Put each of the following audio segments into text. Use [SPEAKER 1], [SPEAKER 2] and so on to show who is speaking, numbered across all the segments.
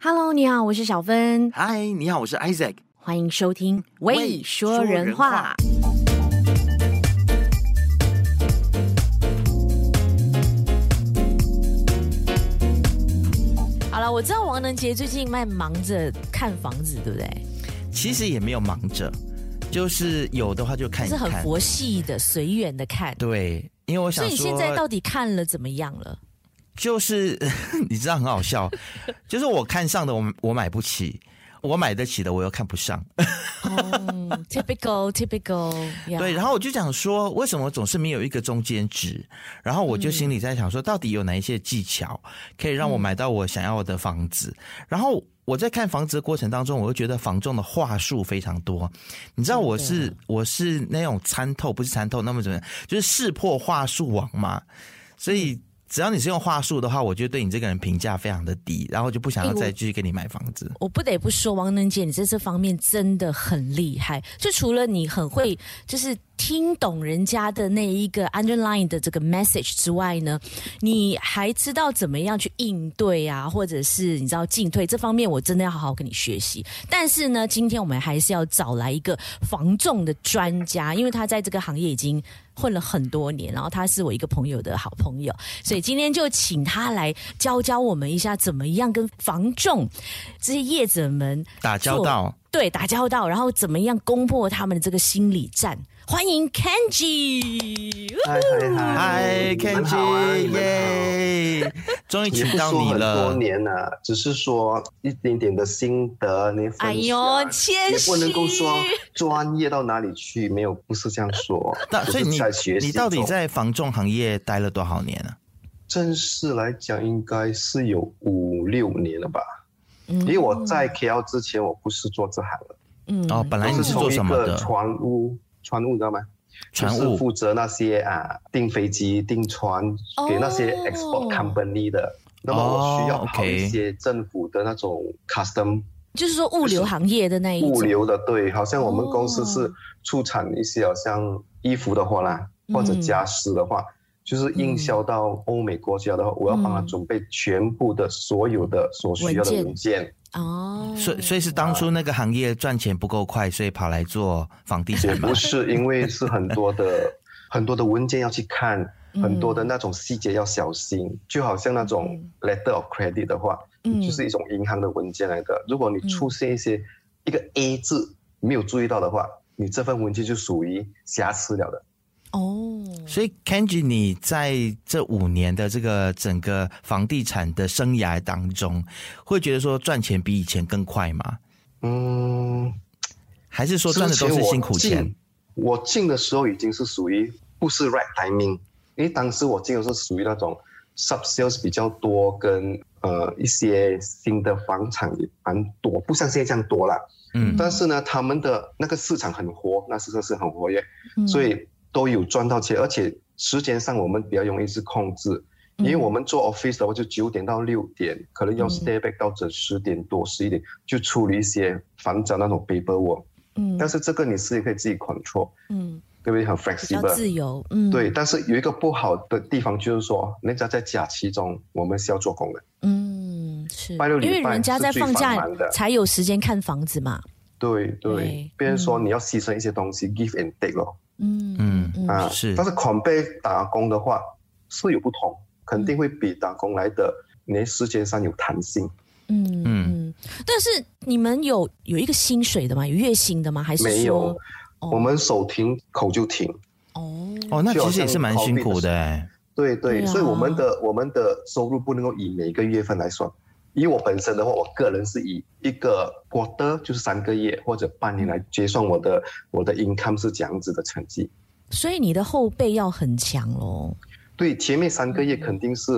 [SPEAKER 1] Hello，你好，我是小芬，
[SPEAKER 2] 嗨，你好，我是 Isaac。
[SPEAKER 1] 欢迎收听《未说人话》。好了，我知道王仁杰最近在忙着看房子，对不对？
[SPEAKER 2] 其实也没有忙着，就是有的话就看一
[SPEAKER 1] 是
[SPEAKER 2] 看。
[SPEAKER 1] 很佛系的、随缘的看。
[SPEAKER 2] 对，因为我
[SPEAKER 1] 所
[SPEAKER 2] 想
[SPEAKER 1] 以你现
[SPEAKER 2] 说，
[SPEAKER 1] 在到底看了怎么样 了？
[SPEAKER 2] 就是 你知道很好笑，就是我看上的我我买不起，我买得起的我又看不上。
[SPEAKER 1] 哦 typical，typical，呀
[SPEAKER 2] 对，然后我就想说，为什么总是没有一个中间值？然后我就心里在想说，到底有哪一些技巧可以让我买到我想要的房子？然后我在看房子的过程当中，我又觉得房仲的话术非常多。你知道我是我是那种参透，不是参透，那么怎么样？就是识破话术王嘛。所以只要你是用话术的话，我就对你这个人评价非常的低，然后就不想要
[SPEAKER 1] 哎我
[SPEAKER 2] 再继续跟你买房子。
[SPEAKER 1] 我不得不说，王能姐，你在这方面真的很厉害。就除了你很会，就是听懂人家的那一个 underline 的这个 message 之外呢，你还知道怎么样去应对啊，或者是你知道进退这方面，我真的要好好跟你学习。但是呢，今天我们还是要找来一个防重的专家，因为他在这个行业已经混了很多年，然后他是我一个朋友的好朋友，所以今天就请他来教教我们一下，怎么样跟防重这些业者们
[SPEAKER 2] 打交
[SPEAKER 1] 做
[SPEAKER 2] 道，
[SPEAKER 1] 对打交道，然后怎么样攻破他们的这个心理战。欢迎 Kenji，
[SPEAKER 3] 嗨嗨
[SPEAKER 2] 嗨
[SPEAKER 3] 你们好啊你
[SPEAKER 2] ，Kenji，
[SPEAKER 3] 们好
[SPEAKER 2] 耶！终于
[SPEAKER 3] 也
[SPEAKER 2] 请
[SPEAKER 3] 不
[SPEAKER 2] 到
[SPEAKER 3] 说
[SPEAKER 2] 你
[SPEAKER 3] 很
[SPEAKER 2] 了
[SPEAKER 3] 多。年了，只是说一点点的心得，你分享
[SPEAKER 1] 哎呦，谦
[SPEAKER 3] 也
[SPEAKER 1] 虚，
[SPEAKER 3] 不能够说专业到哪里去，没有，不是这样说。
[SPEAKER 2] 那
[SPEAKER 3] 只
[SPEAKER 2] 所以
[SPEAKER 3] 是
[SPEAKER 2] 你
[SPEAKER 3] 在学习
[SPEAKER 2] 你到底
[SPEAKER 3] 中
[SPEAKER 2] 在房仲行业待了多少年啊？
[SPEAKER 3] 正式来讲，应该是有五六年了吧？
[SPEAKER 1] 嗯
[SPEAKER 3] 因为我在 KL 之前，我不是做这行的，
[SPEAKER 1] 嗯
[SPEAKER 2] 哦，本来你
[SPEAKER 3] 我是
[SPEAKER 2] 是
[SPEAKER 3] 从
[SPEAKER 2] 做
[SPEAKER 3] 一
[SPEAKER 2] 什么
[SPEAKER 3] 个
[SPEAKER 2] 的？
[SPEAKER 3] 船务，船务你知道吗？就
[SPEAKER 2] 船
[SPEAKER 3] 是
[SPEAKER 2] 务
[SPEAKER 3] 负责那些啊订飞机、订船给那些
[SPEAKER 1] 哦
[SPEAKER 3] export company 的。那么我需要
[SPEAKER 2] 哦
[SPEAKER 3] 跑一
[SPEAKER 2] ，OK
[SPEAKER 3] 些政府的那种
[SPEAKER 1] 哦
[SPEAKER 3] custom
[SPEAKER 1] 就是说物流行业的那一种
[SPEAKER 3] 物流的，对，好像我们公司
[SPEAKER 1] 哦
[SPEAKER 3] 是出产一些好像衣服的话啦，或者
[SPEAKER 1] 嗯
[SPEAKER 3] 家私的话，就是应销到欧美国家的话，我要帮他
[SPEAKER 1] 嗯
[SPEAKER 3] 准备全部的所有的所需要
[SPEAKER 1] 文
[SPEAKER 3] 的
[SPEAKER 1] 件
[SPEAKER 3] 文件，
[SPEAKER 1] 哦，
[SPEAKER 2] 所以所以是当初那个行业赚钱不够快，所以跑来做房地
[SPEAKER 3] 也
[SPEAKER 2] 产嘛
[SPEAKER 3] 不。是因为是很多 的很多的文件要去看，
[SPEAKER 1] 嗯
[SPEAKER 3] 很多的那种细节要小心，就好像那种 letter of credit 的话，
[SPEAKER 1] 嗯
[SPEAKER 3] 就是一种银行的文件来的。如果你出现一些一
[SPEAKER 1] 嗯
[SPEAKER 3] 个 A 字没有注意到的话，你这份文件就属于瑕疵了的。
[SPEAKER 1] 哦，
[SPEAKER 2] 所以 Kenji，你在这五年的这个整个房地产的生涯当中，会觉得说赚钱比以前更快吗？
[SPEAKER 3] 嗯，
[SPEAKER 2] 还是说赚的都是辛苦
[SPEAKER 3] 之前
[SPEAKER 2] 钱？
[SPEAKER 3] 我进。我进的时候已经是属于不是 right timing，因为当时我进的是属于那种 sub sales 比较多，跟呃一些新的房产也蛮多，不像现在这样多啦。
[SPEAKER 2] 嗯
[SPEAKER 3] 但是呢，他们的那个市场很活，那市场是很活跃，
[SPEAKER 1] 嗯
[SPEAKER 3] 所以都有赚到钱，而且时间上我们比较容易是控制，因为我们做 office 的话就九点到六点，可能要
[SPEAKER 1] 嗯
[SPEAKER 3] stay back 到整十点多十一点，就处理一些房产那种 paperwork。
[SPEAKER 1] 嗯
[SPEAKER 3] 但是这个你自己可以自己 control，
[SPEAKER 1] 嗯
[SPEAKER 3] 对不对？很
[SPEAKER 1] 比较
[SPEAKER 3] flexible。
[SPEAKER 1] 自由，嗯
[SPEAKER 3] 对，但是有一个不好的地方就是说，人家在假期中我们是要做工的，
[SPEAKER 1] 嗯是，
[SPEAKER 3] 拜六礼
[SPEAKER 1] 因
[SPEAKER 3] 拜
[SPEAKER 1] 为人家在放
[SPEAKER 3] 是最
[SPEAKER 1] 假
[SPEAKER 3] 繁忙的
[SPEAKER 1] 才有时间看房子嘛，
[SPEAKER 3] 对对
[SPEAKER 1] 对，
[SPEAKER 3] 别人说
[SPEAKER 1] 嗯
[SPEAKER 3] 你要牺牲一些东西，give and take 咯。
[SPEAKER 1] 嗯
[SPEAKER 2] 嗯
[SPEAKER 3] 啊，
[SPEAKER 2] 是
[SPEAKER 3] 但是 compare 打工的话是有不同，肯定会比打工来的你时间上有弹性。
[SPEAKER 1] 嗯
[SPEAKER 2] 嗯
[SPEAKER 1] 嗯，但是你们有有一个薪水的吗？有月薪的吗？还是说
[SPEAKER 3] 没有
[SPEAKER 1] 哦
[SPEAKER 3] 我们手停口就停，
[SPEAKER 1] 哦
[SPEAKER 2] 哦，那其实也是蛮辛苦的、欸。
[SPEAKER 3] 对对，
[SPEAKER 1] 对啊
[SPEAKER 3] 所以我们的我们的收入不能够以每个月份来算。以我本身的话，我个人是以一个 quarter 就是三个月或者半年来结算我的我的 income 是这样子的成绩。
[SPEAKER 1] 所以你的后背要很强喽。
[SPEAKER 3] 对，前面三个月肯定是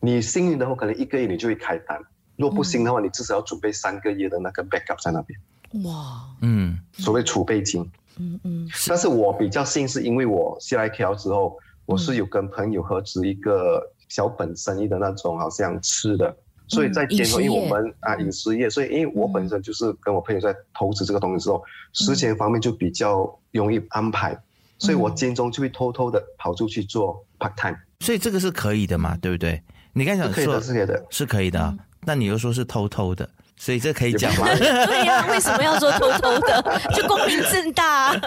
[SPEAKER 3] 你幸运的话，可能一个月你就会开单；如果不行的话，你至少要准备三个月的那个 backup 在那边，
[SPEAKER 1] 哇，
[SPEAKER 2] 嗯，
[SPEAKER 3] 所谓储备金。
[SPEAKER 1] 嗯嗯
[SPEAKER 3] 但是我比较幸，是因为我下来 KL 之后，
[SPEAKER 2] 嗯
[SPEAKER 3] 我是有跟朋友合资一个小本生意的那种，好像吃
[SPEAKER 2] 嗯
[SPEAKER 3] 的，所以在
[SPEAKER 1] 饮
[SPEAKER 3] 街
[SPEAKER 1] 食
[SPEAKER 3] 头，因为我
[SPEAKER 1] 业
[SPEAKER 3] 们啊饮食业，所以因为我本身就是跟我朋友在投资这个东西之后，
[SPEAKER 2] 嗯
[SPEAKER 3] 时间方面就比较容易安排，所以我间中就会偷偷的跑出去做 part time，
[SPEAKER 2] 所以这个是可以的嘛，对不对？你刚才
[SPEAKER 3] 是
[SPEAKER 2] 想
[SPEAKER 3] 可以
[SPEAKER 2] 说
[SPEAKER 3] 的，是可以的。
[SPEAKER 2] 是可以的啊，那你又说是偷偷的，所以这可以讲吗？
[SPEAKER 1] 对呀、为什么要说偷偷的？ 就光明正大、啊。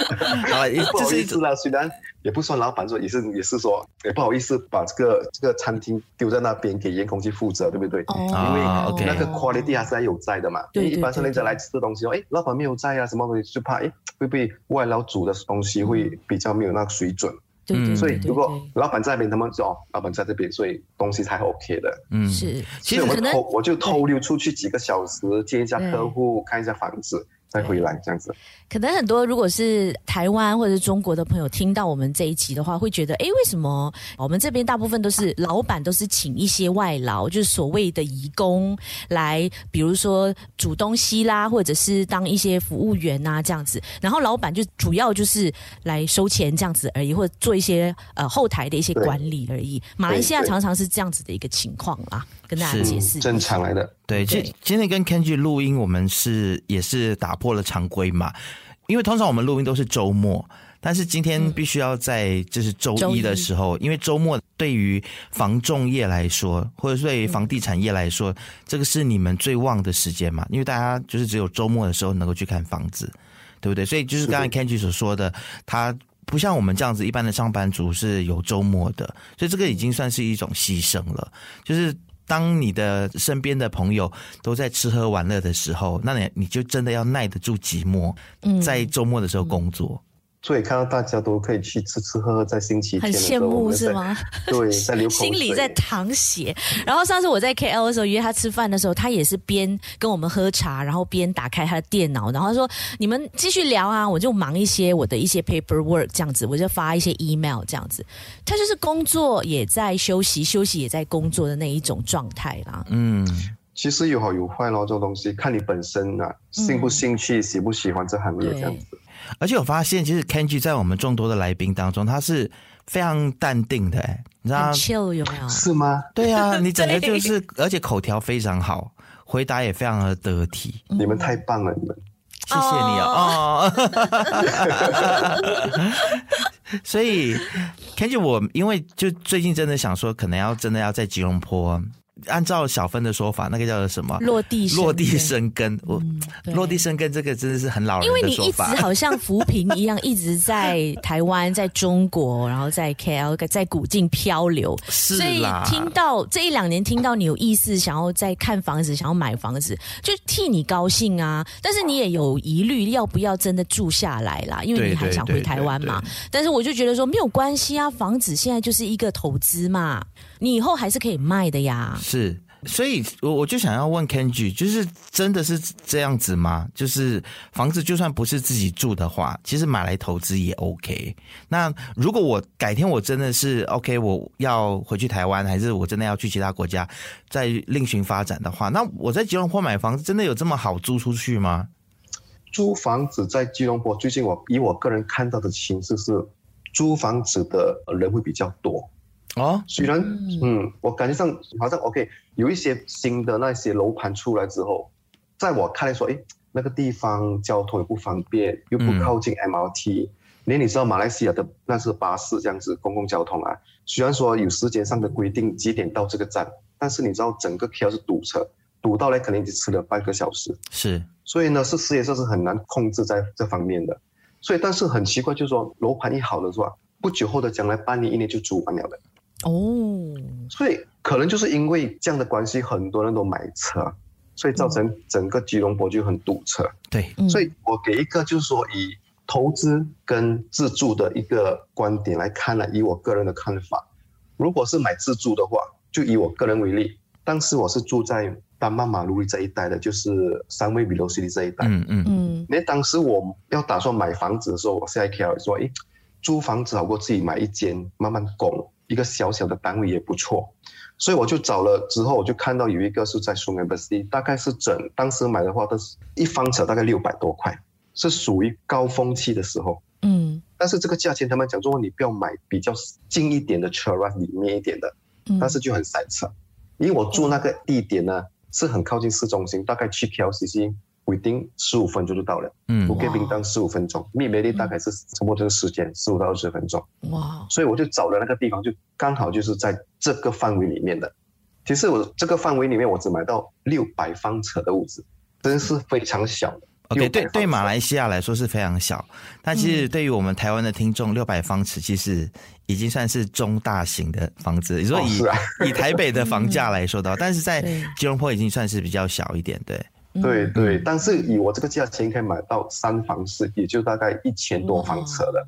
[SPEAKER 2] 啊，一
[SPEAKER 3] 不
[SPEAKER 2] 这
[SPEAKER 3] 好
[SPEAKER 2] 是
[SPEAKER 3] 意
[SPEAKER 2] 一
[SPEAKER 3] 思
[SPEAKER 2] 种
[SPEAKER 3] 啦，虽然也不算老板说，也是也是说，哎也不好意思把这个这个餐厅丢在那边给员工去负责，对不对？因为
[SPEAKER 2] 啊，OK
[SPEAKER 3] 那个 quality 还是还有在的嘛。
[SPEAKER 1] 哦对对
[SPEAKER 3] 一般是人家来吃东西哦，哎，老板没有在啊，什么东西就怕哎会不会外劳煮的东西会比较没有那个水准。
[SPEAKER 1] 对对对
[SPEAKER 2] 嗯
[SPEAKER 3] 所以
[SPEAKER 1] 对对
[SPEAKER 3] 如果老板在那边，他们说哦，老板在这边，所以东西才 OK 的。
[SPEAKER 2] 嗯，
[SPEAKER 1] 是，
[SPEAKER 2] 其
[SPEAKER 3] 所以
[SPEAKER 2] 实
[SPEAKER 3] 我
[SPEAKER 1] 可
[SPEAKER 3] 们
[SPEAKER 1] 能
[SPEAKER 3] 偷我就偷溜出去几个小时，见一下客户，看一下房子，再回来这样子。
[SPEAKER 1] 可能很多如果是台湾或者中国的朋友听到我们这一集的话，会觉得，诶，为什么我们这边大部分都是老板都是请一些外劳，就是所谓的移工来，比如说煮东西啦，或者是当一些服务员啊这样子，然后老板就主要就是来收钱这样子而已，或者做一些呃后台的一些
[SPEAKER 3] 对
[SPEAKER 1] 管理而已。马来西亚
[SPEAKER 3] 对对
[SPEAKER 1] 常常是这样子的一个情况啦，跟大家
[SPEAKER 2] 是
[SPEAKER 1] 解释一下。
[SPEAKER 3] 正常来的。
[SPEAKER 2] 对，今
[SPEAKER 1] 对
[SPEAKER 2] 今天跟 Kenji 录音，我们是也是打破了常规嘛，因为通常我们录音都是周末，但是今天必须要在就是周
[SPEAKER 1] 周
[SPEAKER 2] 一
[SPEAKER 1] 一
[SPEAKER 2] 的时候，因为周末对于房仲业来说，或者是对于房地产业来说，这个是你们最旺的时间嘛，因为大家就是只有周末的时候能够去看房子，对不对？所以就是刚才 Kenji 所说的，他。不像我们这样子，一般的上班族是有周末的，所以这个已经算是一种牺牲了。就是当你的身边的朋友都在吃喝玩乐的时候，那你你就真的要耐得住寂寞，在周末的时候工作。
[SPEAKER 3] 所以看到大家都可以去吃吃喝喝，在星期天
[SPEAKER 1] 很
[SPEAKER 3] 的时
[SPEAKER 1] 羡
[SPEAKER 3] 候，我
[SPEAKER 1] 慕
[SPEAKER 3] 们
[SPEAKER 1] 是
[SPEAKER 3] 在
[SPEAKER 1] 吗？
[SPEAKER 3] 对， 在流口水，
[SPEAKER 1] 心里在淌血。然后上次我在 KL 的时候约他吃饭的时候，他也是边跟我们喝茶，然后边打开他的电脑，然后他说：“你们继续聊啊，我就忙一些我的一些 paperwork 这样子，我就发一些 email 这样子。”他就是工作也在休息，休息也在工作的那一种状态啦。
[SPEAKER 2] 嗯，
[SPEAKER 3] 其实有好有坏咯，这种东西看你本身啊，兴不兴趣，喜不喜欢这行业
[SPEAKER 1] 嗯对
[SPEAKER 3] 这样子。
[SPEAKER 2] 而且我发现，其实 Kenji 在我们众多的来宾当中，他是非常淡定的、哎，你知道
[SPEAKER 1] 很
[SPEAKER 2] 吗？
[SPEAKER 1] chill 有没有？
[SPEAKER 3] 是吗？
[SPEAKER 2] 对啊，你整个 就是，而且口条非常好，回答也非常的得体。
[SPEAKER 1] 嗯
[SPEAKER 3] 你们太棒了，你们
[SPEAKER 2] 谢谢你啊！哦 所以 Kenji，我因为就最近真的想说，可能要真的要在吉隆坡，按照小芬的说法，那个叫做什么？
[SPEAKER 1] 落地生根
[SPEAKER 2] 啊
[SPEAKER 1] 嗯
[SPEAKER 2] 落地生啊根。我、
[SPEAKER 1] 对
[SPEAKER 2] 落地生根这个真的是很老
[SPEAKER 1] 因
[SPEAKER 2] 人
[SPEAKER 1] 为
[SPEAKER 2] 的
[SPEAKER 1] 你
[SPEAKER 2] 说
[SPEAKER 1] 一直
[SPEAKER 2] 法。
[SPEAKER 1] 好像浮萍一样，一直在台湾、在中国，然后在 KL、在古晋漂流，
[SPEAKER 2] 是
[SPEAKER 1] 所以
[SPEAKER 2] 啦
[SPEAKER 1] 听到这一两年听到你有意思，想要再看房子，想要买房子，就替你高兴啊。但是你也有疑虑，要不要真的住下来啦？因为
[SPEAKER 2] 对
[SPEAKER 1] 你还
[SPEAKER 2] 对
[SPEAKER 1] 想
[SPEAKER 2] 对
[SPEAKER 1] 回台湾
[SPEAKER 2] 对
[SPEAKER 1] 嘛
[SPEAKER 2] 对。
[SPEAKER 1] 但是我就觉得说没有关系啊，房子现在就是一个投资嘛，你以后还是可以卖的呀。
[SPEAKER 2] 是，所以我我就想要问 Kenji，就是真的是这样子吗？就是房子就算不是自己住的话，其实买来投资也 OK。那如果我改天我真的是 OK，我要回去台湾，还是我真的要去其他国家再另寻发展的话，那我在吉隆坡买房子真的有这么好租出去吗？
[SPEAKER 3] 租房子在吉隆坡，最近我以我个人看到的形势是，租房子的人会比较多。
[SPEAKER 2] 哦，
[SPEAKER 3] 虽然，嗯，我感觉上好像 OK，有一些新的那些楼盘出来之后，在我看来说，诶，那个地方交通也不方便，又不
[SPEAKER 2] 嗯
[SPEAKER 3] 靠近 MRT，、连你知道马来西亚的那是巴士这样子公共交通啊，虽然说有时间上的规定几点到这个站，但是你知道整个 KL 是堵车，堵到来可能已经吃了半个小时，
[SPEAKER 2] 是，
[SPEAKER 3] 所以呢，是事业上是很难控制在这方面的。所以，但是很奇怪，就是说楼盘一好了是吧？不久后的将来半年一年就租完了的。
[SPEAKER 1] 哦，
[SPEAKER 3] 所以可能就是因为这样的关系，很多人都买车，所以造成整个吉隆坡就很堵车。
[SPEAKER 2] 对，
[SPEAKER 1] 嗯
[SPEAKER 3] 所以我给一个就是说以投资跟自住的一个观点来看呢，以我个人的看法，如果是买自住的话，就以我个人为例，当时我是住在丹曼马路这一带的，就是三位比楼 C 这一带。
[SPEAKER 2] 嗯嗯，
[SPEAKER 1] 嗯，
[SPEAKER 3] 那当时我要打算买房子的时候，我是在 KL 说，诶，租房子好过自己买一间慢慢供，一个小小的单位也不错。所以我就找了之后，我就看到有一个是在苏梅 m b 大概是整当时买的话，它是一方尺大概六百多块，是属于高峰期的时候。
[SPEAKER 1] 嗯
[SPEAKER 3] 但是这个价钱，他们讲说你不要买比较近一点的 c h e r a 里面一点的，
[SPEAKER 1] 嗯，
[SPEAKER 3] 但是就很塞车。因为我住那个地点呢，是很靠近市中心，大概去 KLCC 规定十五分钟就到了。我
[SPEAKER 2] 嗯
[SPEAKER 3] 给冰当十五分钟，密梅利大概是差不多这个时间，十五到二十分钟，
[SPEAKER 1] 哇，
[SPEAKER 3] 所以我就找了那个地方，就刚好就是在这个范围里面的。其实我这个范围里面，我只买到六百方尺的屋子，真是非常小的。
[SPEAKER 2] OK，对哦
[SPEAKER 3] 600方
[SPEAKER 2] 对，
[SPEAKER 3] 尺嗯
[SPEAKER 2] 马来西亚来说是非常小，但其实对于我们台湾的听众，六百方尺其实已经算是中大型的房子。你说
[SPEAKER 3] 哦
[SPEAKER 2] 以、
[SPEAKER 3] 是啊嗯
[SPEAKER 2] 以台北的房价来说的话，但是在
[SPEAKER 1] 对
[SPEAKER 2] 吉隆坡已经算是比较小一点，对。
[SPEAKER 1] 嗯
[SPEAKER 3] 对对，但是以我这个价钱可以买到三房式，也就大概一千多房尺的。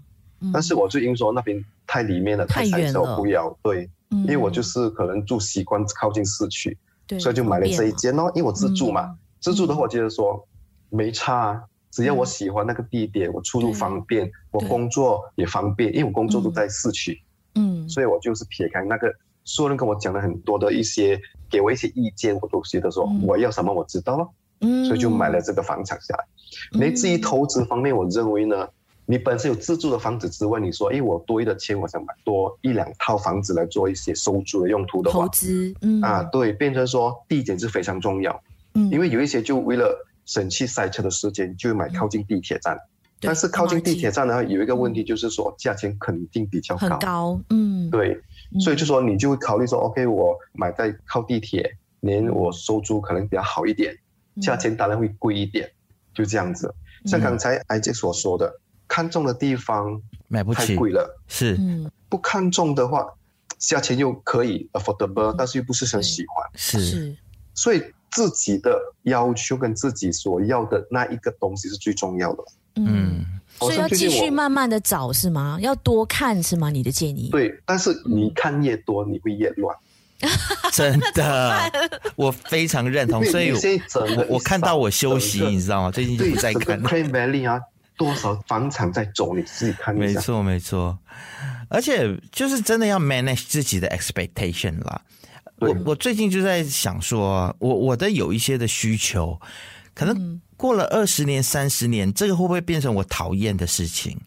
[SPEAKER 3] 但是我就因为说那边太里面
[SPEAKER 1] 嗯
[SPEAKER 3] 了，
[SPEAKER 1] 太
[SPEAKER 3] 太塞
[SPEAKER 1] 远
[SPEAKER 3] 车，
[SPEAKER 1] 了
[SPEAKER 3] 我不要。对，
[SPEAKER 1] 嗯
[SPEAKER 3] 因为我就是可能住习惯靠近市区，
[SPEAKER 1] 对嗯
[SPEAKER 3] 所以就买了这一间哦。因为我自住嘛，自住的话，我觉得说没差、啊，只
[SPEAKER 1] 嗯
[SPEAKER 3] 要我喜欢那个地点，我出入
[SPEAKER 1] 对
[SPEAKER 3] 方便，我
[SPEAKER 1] 对
[SPEAKER 3] 工作也方便，因为我工作都在市区。
[SPEAKER 1] 嗯
[SPEAKER 3] 所以我就是撇开那个所有人跟我讲了很多的一些，给我一些意见，我都觉得说
[SPEAKER 1] 嗯
[SPEAKER 3] 我要什么我知道了，
[SPEAKER 1] 嗯
[SPEAKER 3] 所以就买了这个房产下来。那至于投资方面，我认为呢，你本身有自住的房子之外，你说，哎，我多余的钱，我想买多一两套房子来做一些收租的用途的
[SPEAKER 1] 投
[SPEAKER 3] 话，
[SPEAKER 1] 资，嗯
[SPEAKER 3] 啊，，对，变成说地点是非常重要，
[SPEAKER 1] 嗯
[SPEAKER 3] 因为有一些就为了省去塞车的时间，就买靠近地铁站。
[SPEAKER 1] 对
[SPEAKER 3] 但是靠近
[SPEAKER 1] MRT
[SPEAKER 3] 地铁站呢，有一个问题就是说价钱肯定比较
[SPEAKER 1] 很
[SPEAKER 3] 高，
[SPEAKER 1] 高，嗯，
[SPEAKER 3] 对，
[SPEAKER 1] 嗯，
[SPEAKER 3] 所以就说你就会考虑说，OK，我买在靠地铁，连我收租可能比较好一点，
[SPEAKER 1] 嗯
[SPEAKER 3] 价钱当然会贵一点，就这样子。像刚才艾姐所说的，看中的地方
[SPEAKER 2] 买不
[SPEAKER 3] 太
[SPEAKER 2] 起，
[SPEAKER 3] 贵了，
[SPEAKER 2] 是
[SPEAKER 1] 嗯，
[SPEAKER 3] 不看中的话，价钱又可以 affordable，但是又不是很喜欢，
[SPEAKER 1] 嗯
[SPEAKER 2] 是
[SPEAKER 1] 是，
[SPEAKER 3] 所以自己的要求跟自己所要的那一个东西是最重要的。
[SPEAKER 2] 嗯，
[SPEAKER 1] 所以要
[SPEAKER 3] 好像最近
[SPEAKER 1] 继续
[SPEAKER 3] 我
[SPEAKER 1] 慢慢的找是吗？要多看是吗？你的建议？
[SPEAKER 3] 对，但是
[SPEAKER 2] 嗯
[SPEAKER 3] 你看越多，你会越乱。
[SPEAKER 2] 真 的，我非常认同。
[SPEAKER 3] 因为
[SPEAKER 2] 所以
[SPEAKER 3] 你现在整个
[SPEAKER 2] 我我
[SPEAKER 3] 一
[SPEAKER 2] 看
[SPEAKER 3] 扫
[SPEAKER 2] 到我休息，
[SPEAKER 3] 整个
[SPEAKER 2] 你知道吗？最近就
[SPEAKER 3] 对，
[SPEAKER 2] 不再
[SPEAKER 3] 整个
[SPEAKER 2] 看了。
[SPEAKER 3] Crane Valley 啊，多少房产在走，你自己看一
[SPEAKER 2] 没
[SPEAKER 3] 下。
[SPEAKER 2] 错，没错，而且就是真的要 manage 自己的 expectation 啦。我
[SPEAKER 3] 对
[SPEAKER 2] 我最近就在想说，我我的有一些的需求，可
[SPEAKER 1] 嗯
[SPEAKER 2] 能过了二十年、三十年，这个会不会变成我讨厌的事情？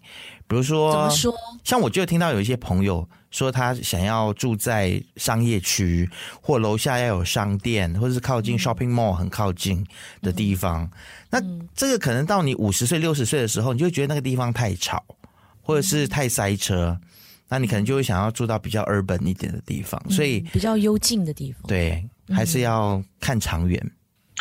[SPEAKER 2] 比如说，
[SPEAKER 1] 怎么说？
[SPEAKER 2] 像我就听到有一些朋友说，他想要住在商业区，或楼下要有商店，或者是靠
[SPEAKER 1] 嗯
[SPEAKER 2] 近 shopping mall 很靠近的地方。
[SPEAKER 1] 嗯
[SPEAKER 2] 那这个可能到你五十岁、六十岁的时候，你就会觉得那个地方太吵，或者是太塞车，那你可能就会想要住到比较 urban 一点的地方。
[SPEAKER 1] 嗯
[SPEAKER 2] 所以，
[SPEAKER 1] 比较幽静的地方，，
[SPEAKER 2] 对，还是要看长远。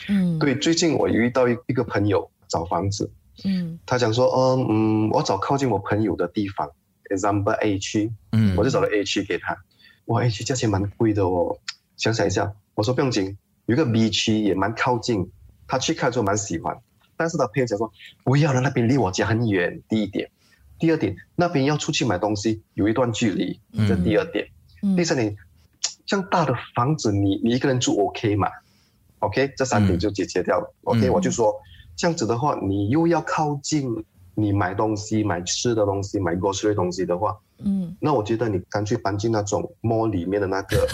[SPEAKER 1] 嗯，，
[SPEAKER 3] 对，最近我遇到一一个朋友找房子，
[SPEAKER 1] 嗯
[SPEAKER 3] 他讲说，哦，嗯，我找靠近我朋友的地方，example A 区，
[SPEAKER 2] 嗯
[SPEAKER 3] 我就找了 A 区给他。哇，A 区价钱蛮贵的哦，想想一下，我说不用紧，有一个 B 区也蛮靠近，他去看就蛮喜欢。但是他朋友讲说，不要了，那边离我家很远。第一点，第二点，那边要出去买东西有一段距离，这
[SPEAKER 2] 嗯
[SPEAKER 3] 第二点。
[SPEAKER 1] 嗯
[SPEAKER 3] 第三点，这样大的房子你你一个人住 OK 嘛？OK，这三点
[SPEAKER 2] 嗯
[SPEAKER 3] 就解决掉了。OK，
[SPEAKER 2] 嗯
[SPEAKER 3] 我就说这样子的话，你又要靠近你买东西、买吃的东西、买 grocery 东西的话，
[SPEAKER 1] 嗯，
[SPEAKER 3] 那我觉得你干脆搬进那种 mall 里面的那 个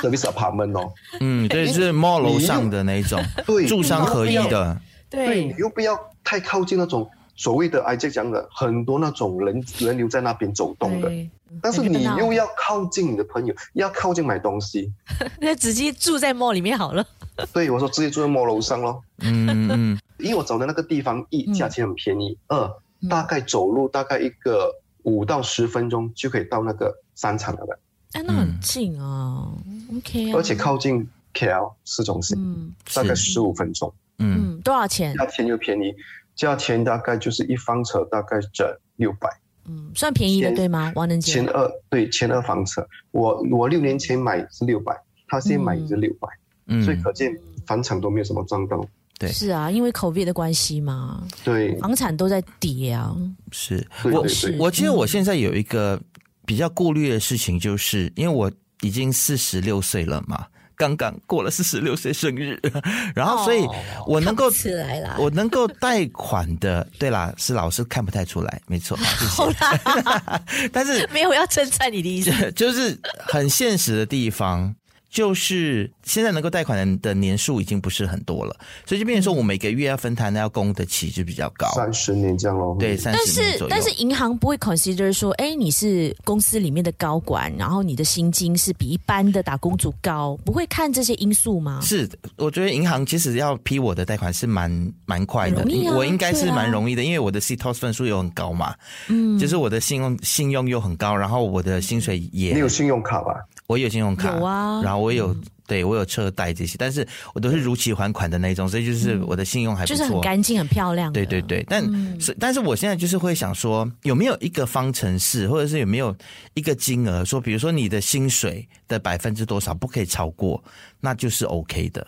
[SPEAKER 3] service apartment 哦。
[SPEAKER 2] 嗯，对，就是 mall 楼上的那一种，
[SPEAKER 3] 对，
[SPEAKER 2] 住商合一
[SPEAKER 3] 你又不要。
[SPEAKER 2] 的，
[SPEAKER 3] 对你，又不要太靠近那种所谓的 I J 讲的很多那种人人流在那边走动的，
[SPEAKER 1] 对，
[SPEAKER 3] 但是
[SPEAKER 1] 很热
[SPEAKER 3] 你
[SPEAKER 1] 闹
[SPEAKER 3] 又要靠近你的朋友，要靠近买东西。
[SPEAKER 1] 那直接住在 mall 里面好了，
[SPEAKER 3] 对，我说直接住在 mall 楼上咯。
[SPEAKER 2] 嗯嗯嗯，
[SPEAKER 3] 因为我找的那个地方，一
[SPEAKER 1] 嗯
[SPEAKER 3] 价钱很便宜，二
[SPEAKER 1] 嗯
[SPEAKER 3] 大概走路大概一个五到十分钟就可以到那个商场了的，
[SPEAKER 1] 哎，那
[SPEAKER 2] 嗯
[SPEAKER 1] 很近啊，OK，啊
[SPEAKER 3] 而且，靠近 KL 市中心，
[SPEAKER 1] 嗯
[SPEAKER 3] 大概
[SPEAKER 2] 是
[SPEAKER 3] 十五分钟，
[SPEAKER 2] 嗯。
[SPEAKER 1] 嗯，多少钱？
[SPEAKER 3] 价钱又便宜，价钱大概就是一方尺大概整六百，
[SPEAKER 1] 嗯，算便宜的
[SPEAKER 3] 千
[SPEAKER 1] 对吗？王能杰
[SPEAKER 3] 千，二对千二房尺，我我六年前买是六百，他现在买也是六百、
[SPEAKER 2] 嗯
[SPEAKER 3] 所以可见房产都没有什么涨到，
[SPEAKER 2] 对
[SPEAKER 1] 是啊，因为 COVID 的关系嘛，
[SPEAKER 3] 对
[SPEAKER 1] 房产都在跌啊，
[SPEAKER 2] 是
[SPEAKER 3] 对
[SPEAKER 2] 我
[SPEAKER 3] 对对
[SPEAKER 2] 我记得我现在有一个比较顾虑的事情，就是因为我已经四十六岁了嘛，刚刚过了四十六岁生日， 然后所以
[SPEAKER 1] 哦
[SPEAKER 2] 我能够
[SPEAKER 1] 看不出来啦
[SPEAKER 2] 我能够贷款的，对啦，是老师看不太出来，没错，谢谢
[SPEAKER 1] 好 啦，
[SPEAKER 2] 但是
[SPEAKER 1] 没有要称赞你的意思，
[SPEAKER 2] 就是很现实的地方，就是现在能够贷款的的年数已经不是很多了，所以就变成说我每个月要分摊的要供得起就比较高，
[SPEAKER 3] 三十年这样咯，嗯
[SPEAKER 2] 对，三
[SPEAKER 1] 但
[SPEAKER 2] 十年
[SPEAKER 1] 是
[SPEAKER 2] 左右。
[SPEAKER 1] 但是银行不会 consider 说，哎，你是公司里面的高管，然后你的薪金是比一般的打工族高，不会看这些因素吗？
[SPEAKER 2] 是，我觉得银行其实要批我的贷款是蛮蛮快的，
[SPEAKER 1] 很容易啊
[SPEAKER 2] 我应该是
[SPEAKER 1] 对啊
[SPEAKER 2] 蛮容易的，因为我的 CTOS 分数又很高嘛，嗯，就是我的信用信用又很高，然后我的薪水也
[SPEAKER 3] 你有信用卡吧？
[SPEAKER 2] 我有信用卡，
[SPEAKER 1] 有啊
[SPEAKER 2] 然后我有、对我有车贷这些，但是我都是如期还款的那一种，所以就是我的信用还不
[SPEAKER 1] 就
[SPEAKER 2] 错，
[SPEAKER 1] 是很干净、很漂亮的。嗯
[SPEAKER 2] 对对对，但是、但是我现在就是会想说，有没有一个方程式，或者是有没有一个金额，说比如说你的薪水的百分之多少不可以超过，那就是 OK 的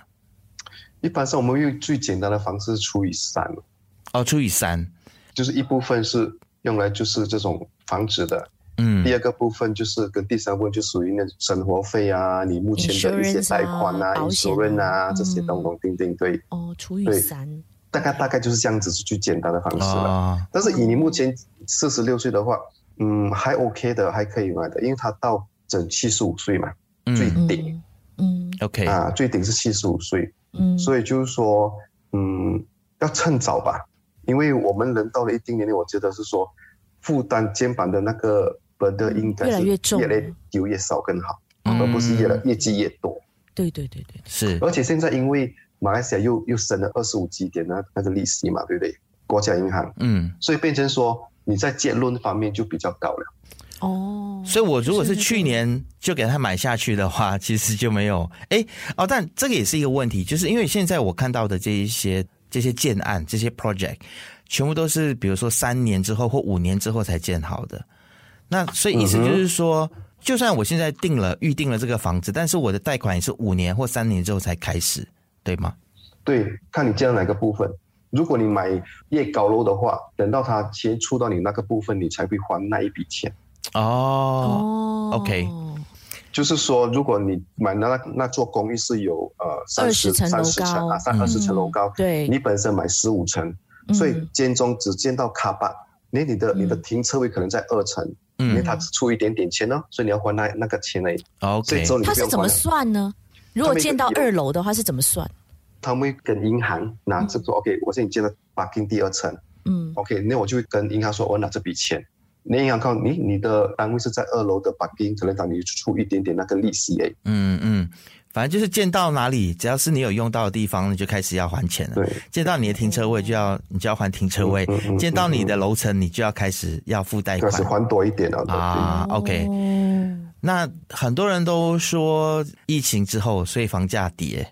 [SPEAKER 3] 一般上我们用最简单的方式除以三，
[SPEAKER 2] 哦，除以三，
[SPEAKER 3] 就是一部分是用来就是这种防止的，
[SPEAKER 2] 嗯
[SPEAKER 3] 第二个部分就是跟第三部分就属于那种生活费啊，你目前的一些
[SPEAKER 1] Insurance 啊
[SPEAKER 3] 贷款啊、
[SPEAKER 1] 保险啊
[SPEAKER 3] insurance 啊
[SPEAKER 1] 嗯
[SPEAKER 3] 这些东东叮叮，对，
[SPEAKER 1] 哦，除以
[SPEAKER 3] 对
[SPEAKER 1] 三，
[SPEAKER 3] 大概大概就是这样子是最简单的方式了。
[SPEAKER 2] 啊
[SPEAKER 3] 但是以你目前四十六岁的话，嗯，还 OK 的，还可以买的，因为它到整七十五岁嘛，最
[SPEAKER 2] 嗯
[SPEAKER 3] 顶
[SPEAKER 1] 嗯嗯
[SPEAKER 2] OK
[SPEAKER 3] 啊，最顶是七十五岁，
[SPEAKER 1] 嗯，
[SPEAKER 3] 所以就是说，嗯，要趁早吧，因为我们人到了一定年龄，我觉得是说，负担肩膀的那个 b u r 应该
[SPEAKER 1] 越来
[SPEAKER 3] 是
[SPEAKER 1] 越重
[SPEAKER 3] 越来有越少更好，
[SPEAKER 2] 嗯
[SPEAKER 3] 而不是越来越积越多。
[SPEAKER 1] 对对对对，
[SPEAKER 2] 是
[SPEAKER 3] 而且现在因为马来西亚又又升了二十五基点的那个利息嘛，对不对？国家银行，
[SPEAKER 2] 嗯，
[SPEAKER 3] 所以变成说你在借论方面就比较高了。
[SPEAKER 1] 哦，
[SPEAKER 2] 所以我如果是
[SPEAKER 1] 就是那个
[SPEAKER 2] 去年就给他买下去的话，其实就没有哎哦，但这个也是一个问题，就是因为现在我看到的这一些这些建案这些 project，全部都是比如说三年之后或五年之后才建好的，那所以意思就是说。就算我现在定了预定了这个房子，但是我的贷款也是五年或三年之后才开始，对吗？
[SPEAKER 3] 对，看你借到哪个部分。如果你买越高楼的话，等到它先出到你那个部分，你才会还那一笔钱。
[SPEAKER 2] 哦，
[SPEAKER 1] 哦
[SPEAKER 2] OK
[SPEAKER 3] 就是说，如果你买的那那座公寓是有呃三十
[SPEAKER 1] 20层楼
[SPEAKER 3] 三十层
[SPEAKER 1] 高嗯
[SPEAKER 3] 啊，三二十层楼高，
[SPEAKER 1] 对嗯
[SPEAKER 3] 你本身买十五层，所以间中只见到卡巴，连你的你的停车位可能在二层，因为
[SPEAKER 2] 嗯
[SPEAKER 3] 它只出一点点钱哦，所以你要还那那个钱而已。所
[SPEAKER 2] ，OK，
[SPEAKER 3] 以之后你
[SPEAKER 1] 它
[SPEAKER 3] 不
[SPEAKER 1] 是
[SPEAKER 3] 用
[SPEAKER 1] 怎么
[SPEAKER 3] 管了，
[SPEAKER 1] 算呢？如果建到二楼的话是怎么算？
[SPEAKER 3] 他们会跟银行拿这个 OK，我现在你借了 parking 第二层
[SPEAKER 1] 嗯
[SPEAKER 3] ，OK，那我就会跟银行说，我拿这笔钱。那银行告诉你，你的单位是在二楼的 parking，可能让你出一点点那个利息哎而已。
[SPEAKER 2] 嗯嗯，反正就是建到哪里，只要是你有用到的地方，你就开始要还钱了。
[SPEAKER 3] 对，
[SPEAKER 2] 见到你的停车位就要你就要还停车位
[SPEAKER 3] 嗯嗯，嗯
[SPEAKER 2] 见到你的楼层你就要开始要付贷
[SPEAKER 3] 开始
[SPEAKER 2] 款
[SPEAKER 3] 还多一点了。对
[SPEAKER 2] 啊。OK，
[SPEAKER 1] 哦
[SPEAKER 2] 那很多人都说疫情之后，所以房价跌，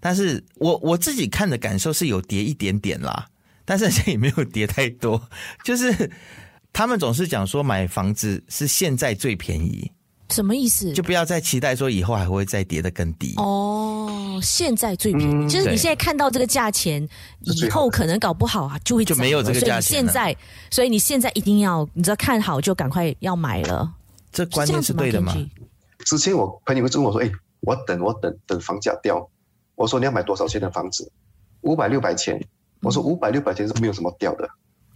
[SPEAKER 2] 但是我我自己看的感受是有跌一点点啦，但是也没有跌太多， 就是。他们总是讲说买房子是现在最便宜，
[SPEAKER 1] 什么意思？
[SPEAKER 2] 就不要再期待说以后还会再跌得更低。
[SPEAKER 1] 哦，现在最便宜，
[SPEAKER 3] 嗯
[SPEAKER 1] 就是你
[SPEAKER 2] 对
[SPEAKER 1] 现在看到这个价钱，
[SPEAKER 3] 是
[SPEAKER 1] 以
[SPEAKER 3] 最好的
[SPEAKER 1] 后可能搞不好啊就会
[SPEAKER 2] 就
[SPEAKER 1] 涨
[SPEAKER 2] 没有
[SPEAKER 1] 了
[SPEAKER 2] 这个
[SPEAKER 1] 所以
[SPEAKER 2] 价
[SPEAKER 1] 你
[SPEAKER 2] 钱
[SPEAKER 1] 现
[SPEAKER 2] 了
[SPEAKER 1] 在，所以你现在一定要，你知道看好就赶快要买了，
[SPEAKER 2] 这观念是对的吗？
[SPEAKER 1] Kenji？
[SPEAKER 3] 之前我朋友会问我说：“哎，我等我等等房价掉。”我说：“你要买多少钱的房子？五百六百钱。”我说：“五百六百钱是没有什么掉的，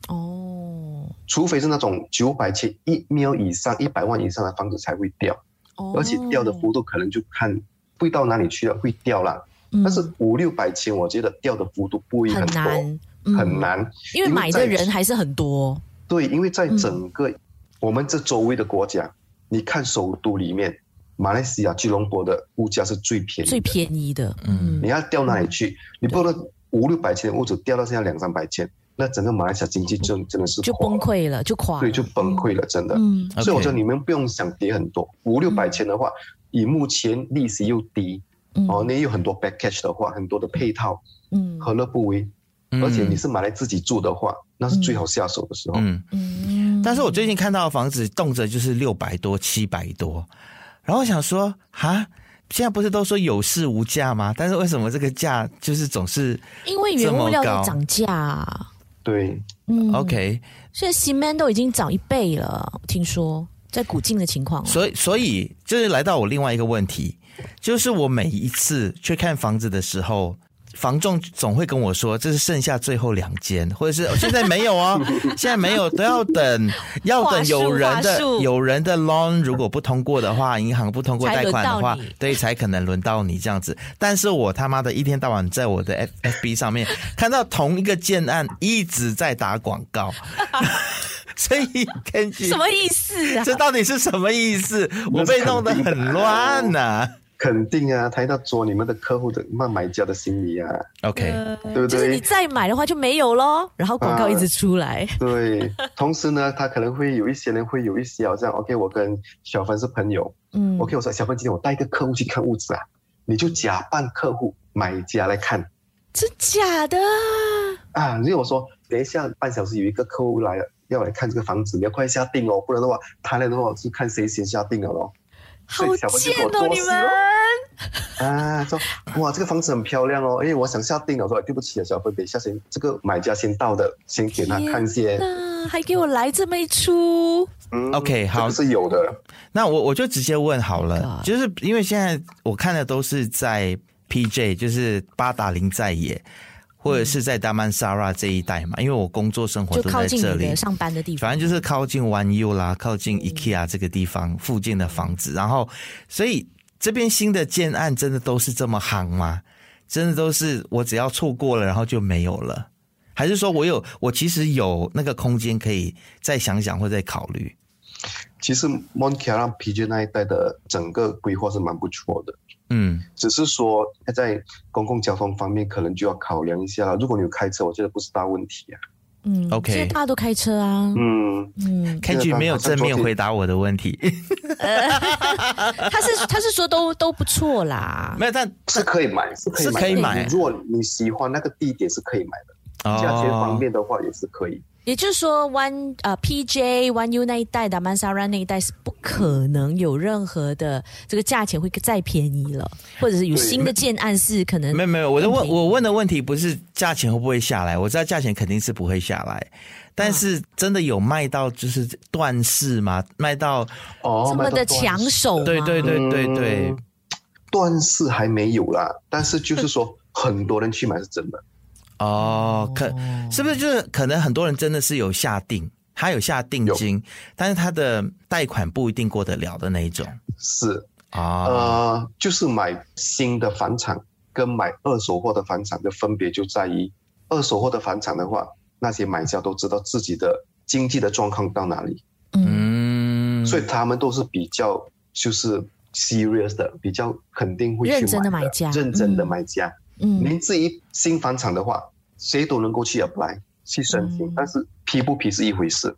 [SPEAKER 1] 哦，
[SPEAKER 3] 除非是那种九百千一 m 以上、一百万以上的房子才会掉，
[SPEAKER 1] 哦
[SPEAKER 3] 而且掉的幅度可能就看会到哪里去了，会掉啦。但是
[SPEAKER 1] 嗯
[SPEAKER 3] 五六百千，我觉得掉的幅度不会
[SPEAKER 1] 很
[SPEAKER 3] 很多，
[SPEAKER 1] 难，嗯
[SPEAKER 3] 很，难。
[SPEAKER 1] 因为
[SPEAKER 3] 因为
[SPEAKER 1] 买的
[SPEAKER 3] 在
[SPEAKER 1] 人还是很多，
[SPEAKER 3] 对，因为在
[SPEAKER 1] 嗯
[SPEAKER 3] 整个我们这周围的国家，你看首都里面，马来西亚吉隆坡的物价是最便宜的，
[SPEAKER 1] 最便宜嗯的，
[SPEAKER 2] 嗯
[SPEAKER 1] 嗯
[SPEAKER 3] 你，要掉哪里去？你不能五六百千的屋主掉到现在两三百千，那整个马来西亚经济就真的是
[SPEAKER 1] 嗯就
[SPEAKER 3] 垮
[SPEAKER 1] 崩，溃了，就垮了，
[SPEAKER 3] 对，就崩溃了，真的。
[SPEAKER 1] 嗯，
[SPEAKER 2] OK
[SPEAKER 3] 所以我觉得你们不用想跌很多，五六百千的话，以目前利息又低，
[SPEAKER 1] 嗯
[SPEAKER 3] 哦，那有很多 back cash 的话，很多的配套，
[SPEAKER 1] 嗯
[SPEAKER 3] 何乐不为？
[SPEAKER 2] 嗯
[SPEAKER 3] 而且你是哦买来自己住的话，那是最好下手的时候。
[SPEAKER 2] 嗯，
[SPEAKER 1] 嗯，
[SPEAKER 2] 但是我最近看到的房子动辄就是六百多、七百多，然后我想说，哈，现在不是都说有市无价吗？但是为什么这个价就是总是
[SPEAKER 1] 因为原物料
[SPEAKER 2] 这么
[SPEAKER 1] 要
[SPEAKER 2] 高
[SPEAKER 1] 涨价，啊
[SPEAKER 3] 对，
[SPEAKER 1] 嗯
[SPEAKER 2] OK？、
[SPEAKER 1] 现在西门都已经涨一倍了，听说在古晋的情况，啊
[SPEAKER 2] 所以，所以就是来到我另外一个问题，就是我每一次去看房子的时候。房仲总会跟我说，这是剩下最后两间，或者是哦现在没有 哦，现在没有，都要等，要等有人
[SPEAKER 1] 话
[SPEAKER 2] 的
[SPEAKER 1] 术话术
[SPEAKER 2] 有人的 loan 如果不通过的话，银行不通过
[SPEAKER 1] 才
[SPEAKER 2] 贷
[SPEAKER 1] 轮
[SPEAKER 2] 款的
[SPEAKER 1] 到
[SPEAKER 2] 话
[SPEAKER 1] 你，
[SPEAKER 2] 对，才可能轮到你这样子。但是我他妈的一天到晚在我的 F F B 上面看到同一个建案一直在打广 告，所以根据
[SPEAKER 1] 什么意思啊？
[SPEAKER 2] 这到底是什么意 思？我被弄得很乱呐、
[SPEAKER 3] 肯定啊，他要捉你们的客户的那买家的心理啊，
[SPEAKER 2] OK，
[SPEAKER 1] 嗯
[SPEAKER 3] 对不
[SPEAKER 1] 就是你
[SPEAKER 3] 对？
[SPEAKER 1] 再买的话就没有咯，然后广告一直出来，
[SPEAKER 3] 对，同时呢，他可能会有一些人会有一些好像 OK，我跟小芬是朋友、
[SPEAKER 1] 嗯
[SPEAKER 3] o k 我说小芬今天我带一个客户去看屋子啊，你就假扮客户买家来看
[SPEAKER 1] 真假的？
[SPEAKER 3] 啊。如果说等一下半小时有一个客户来了，要来看这个房子，你要快下定哦，不然的话，他来的话是看谁先下定了咯。
[SPEAKER 1] 好
[SPEAKER 3] 所以小朋友
[SPEAKER 1] 贱
[SPEAKER 3] 多
[SPEAKER 1] 哦，你
[SPEAKER 3] 事
[SPEAKER 1] 们！
[SPEAKER 3] 啊，说哇，这个房子很漂亮哦，哎，我想下定了，我说哎对不起啊，小芬，等一下先，这个买家先到的，先给他看先。
[SPEAKER 1] 那还给我来这么一出，
[SPEAKER 3] 嗯
[SPEAKER 2] OK，好
[SPEAKER 3] 这个是有的。
[SPEAKER 2] 那我我就直接问好了
[SPEAKER 1] Oh God
[SPEAKER 2] 就是因为现在我看的都是在 PJ，就是八达林在野，或者是在达曼萨拉这一带嘛，因为我工作生活
[SPEAKER 1] 嗯就
[SPEAKER 2] 都
[SPEAKER 1] 靠
[SPEAKER 2] 在
[SPEAKER 1] 近
[SPEAKER 2] 这
[SPEAKER 1] 你
[SPEAKER 2] 里
[SPEAKER 1] 的，上班的地方。嗯
[SPEAKER 2] 反正就是靠近 One U 啦，靠近 IKEA 这个地方附近的房子，然后所以这边新的建案真的都是这么夯吗？真的都是我只要错过了，然后就没有了，还是说我有我其实有那个空间可以再想想或再考虑？
[SPEAKER 3] 其实 Mont c a r a PJ 那一带的整个规划是蛮不错的，
[SPEAKER 2] 嗯
[SPEAKER 3] 只是说它在公共交通方面可能就要考量一下了。如果你有开车，我觉得不是大问题啊。
[SPEAKER 1] 嗯
[SPEAKER 2] OK
[SPEAKER 1] 现在大家都开车啊。
[SPEAKER 3] 嗯，
[SPEAKER 1] 嗯，
[SPEAKER 2] k a 没有正面回答我的问 题，
[SPEAKER 1] 他是他是说都都不错啦。
[SPEAKER 2] 没有，但
[SPEAKER 3] 是可以买，是可以买的，
[SPEAKER 2] 是可以买
[SPEAKER 3] 如果你喜欢那个地点，是可以买的。价钱方面的话也是可以。
[SPEAKER 1] 也就是说，One 呃 PJ One U 那一带的曼萨拉那一带是不可能有任何的这个价钱会再便宜了，或者是有
[SPEAKER 3] 对
[SPEAKER 1] 新的建案是可
[SPEAKER 3] 嗯
[SPEAKER 1] 能
[SPEAKER 2] 没有没有，我的
[SPEAKER 1] 更
[SPEAKER 2] 问
[SPEAKER 1] 便宜
[SPEAKER 2] 我问的问题不是价钱会不会下来，我知道价钱肯定是不会下来，
[SPEAKER 3] 嗯
[SPEAKER 2] 但是真的有卖到就是断市吗？卖到
[SPEAKER 3] 哦，
[SPEAKER 1] 这么
[SPEAKER 3] 麦
[SPEAKER 1] 的
[SPEAKER 3] 当劳
[SPEAKER 1] 抢手吗？
[SPEAKER 2] 对对对对对
[SPEAKER 3] 嗯，断式还没有啦，但是就是说很多人去买是真的。
[SPEAKER 2] 哦，可是不是就是可能很多人真的是有下定，他有下定金，但是他的贷款不一定过得了的那一种
[SPEAKER 3] 是，
[SPEAKER 2] 啊。
[SPEAKER 3] 呃，就是买新的房产跟买二手货的房产的分别就在于，二手货的房产的话，那些买家都知道自己的经济的状况到哪里，
[SPEAKER 1] 嗯，
[SPEAKER 2] 嗯，
[SPEAKER 3] 呃所以他们都是比较就是 serious 的，比较肯定会去
[SPEAKER 1] 认真的买家
[SPEAKER 3] 认真的
[SPEAKER 1] 嗯
[SPEAKER 3] 买家。
[SPEAKER 1] 嗯
[SPEAKER 3] 您至于新房产的话，谁都能够去 apply 去申请，
[SPEAKER 1] 嗯
[SPEAKER 3] 但是批不批是一回事。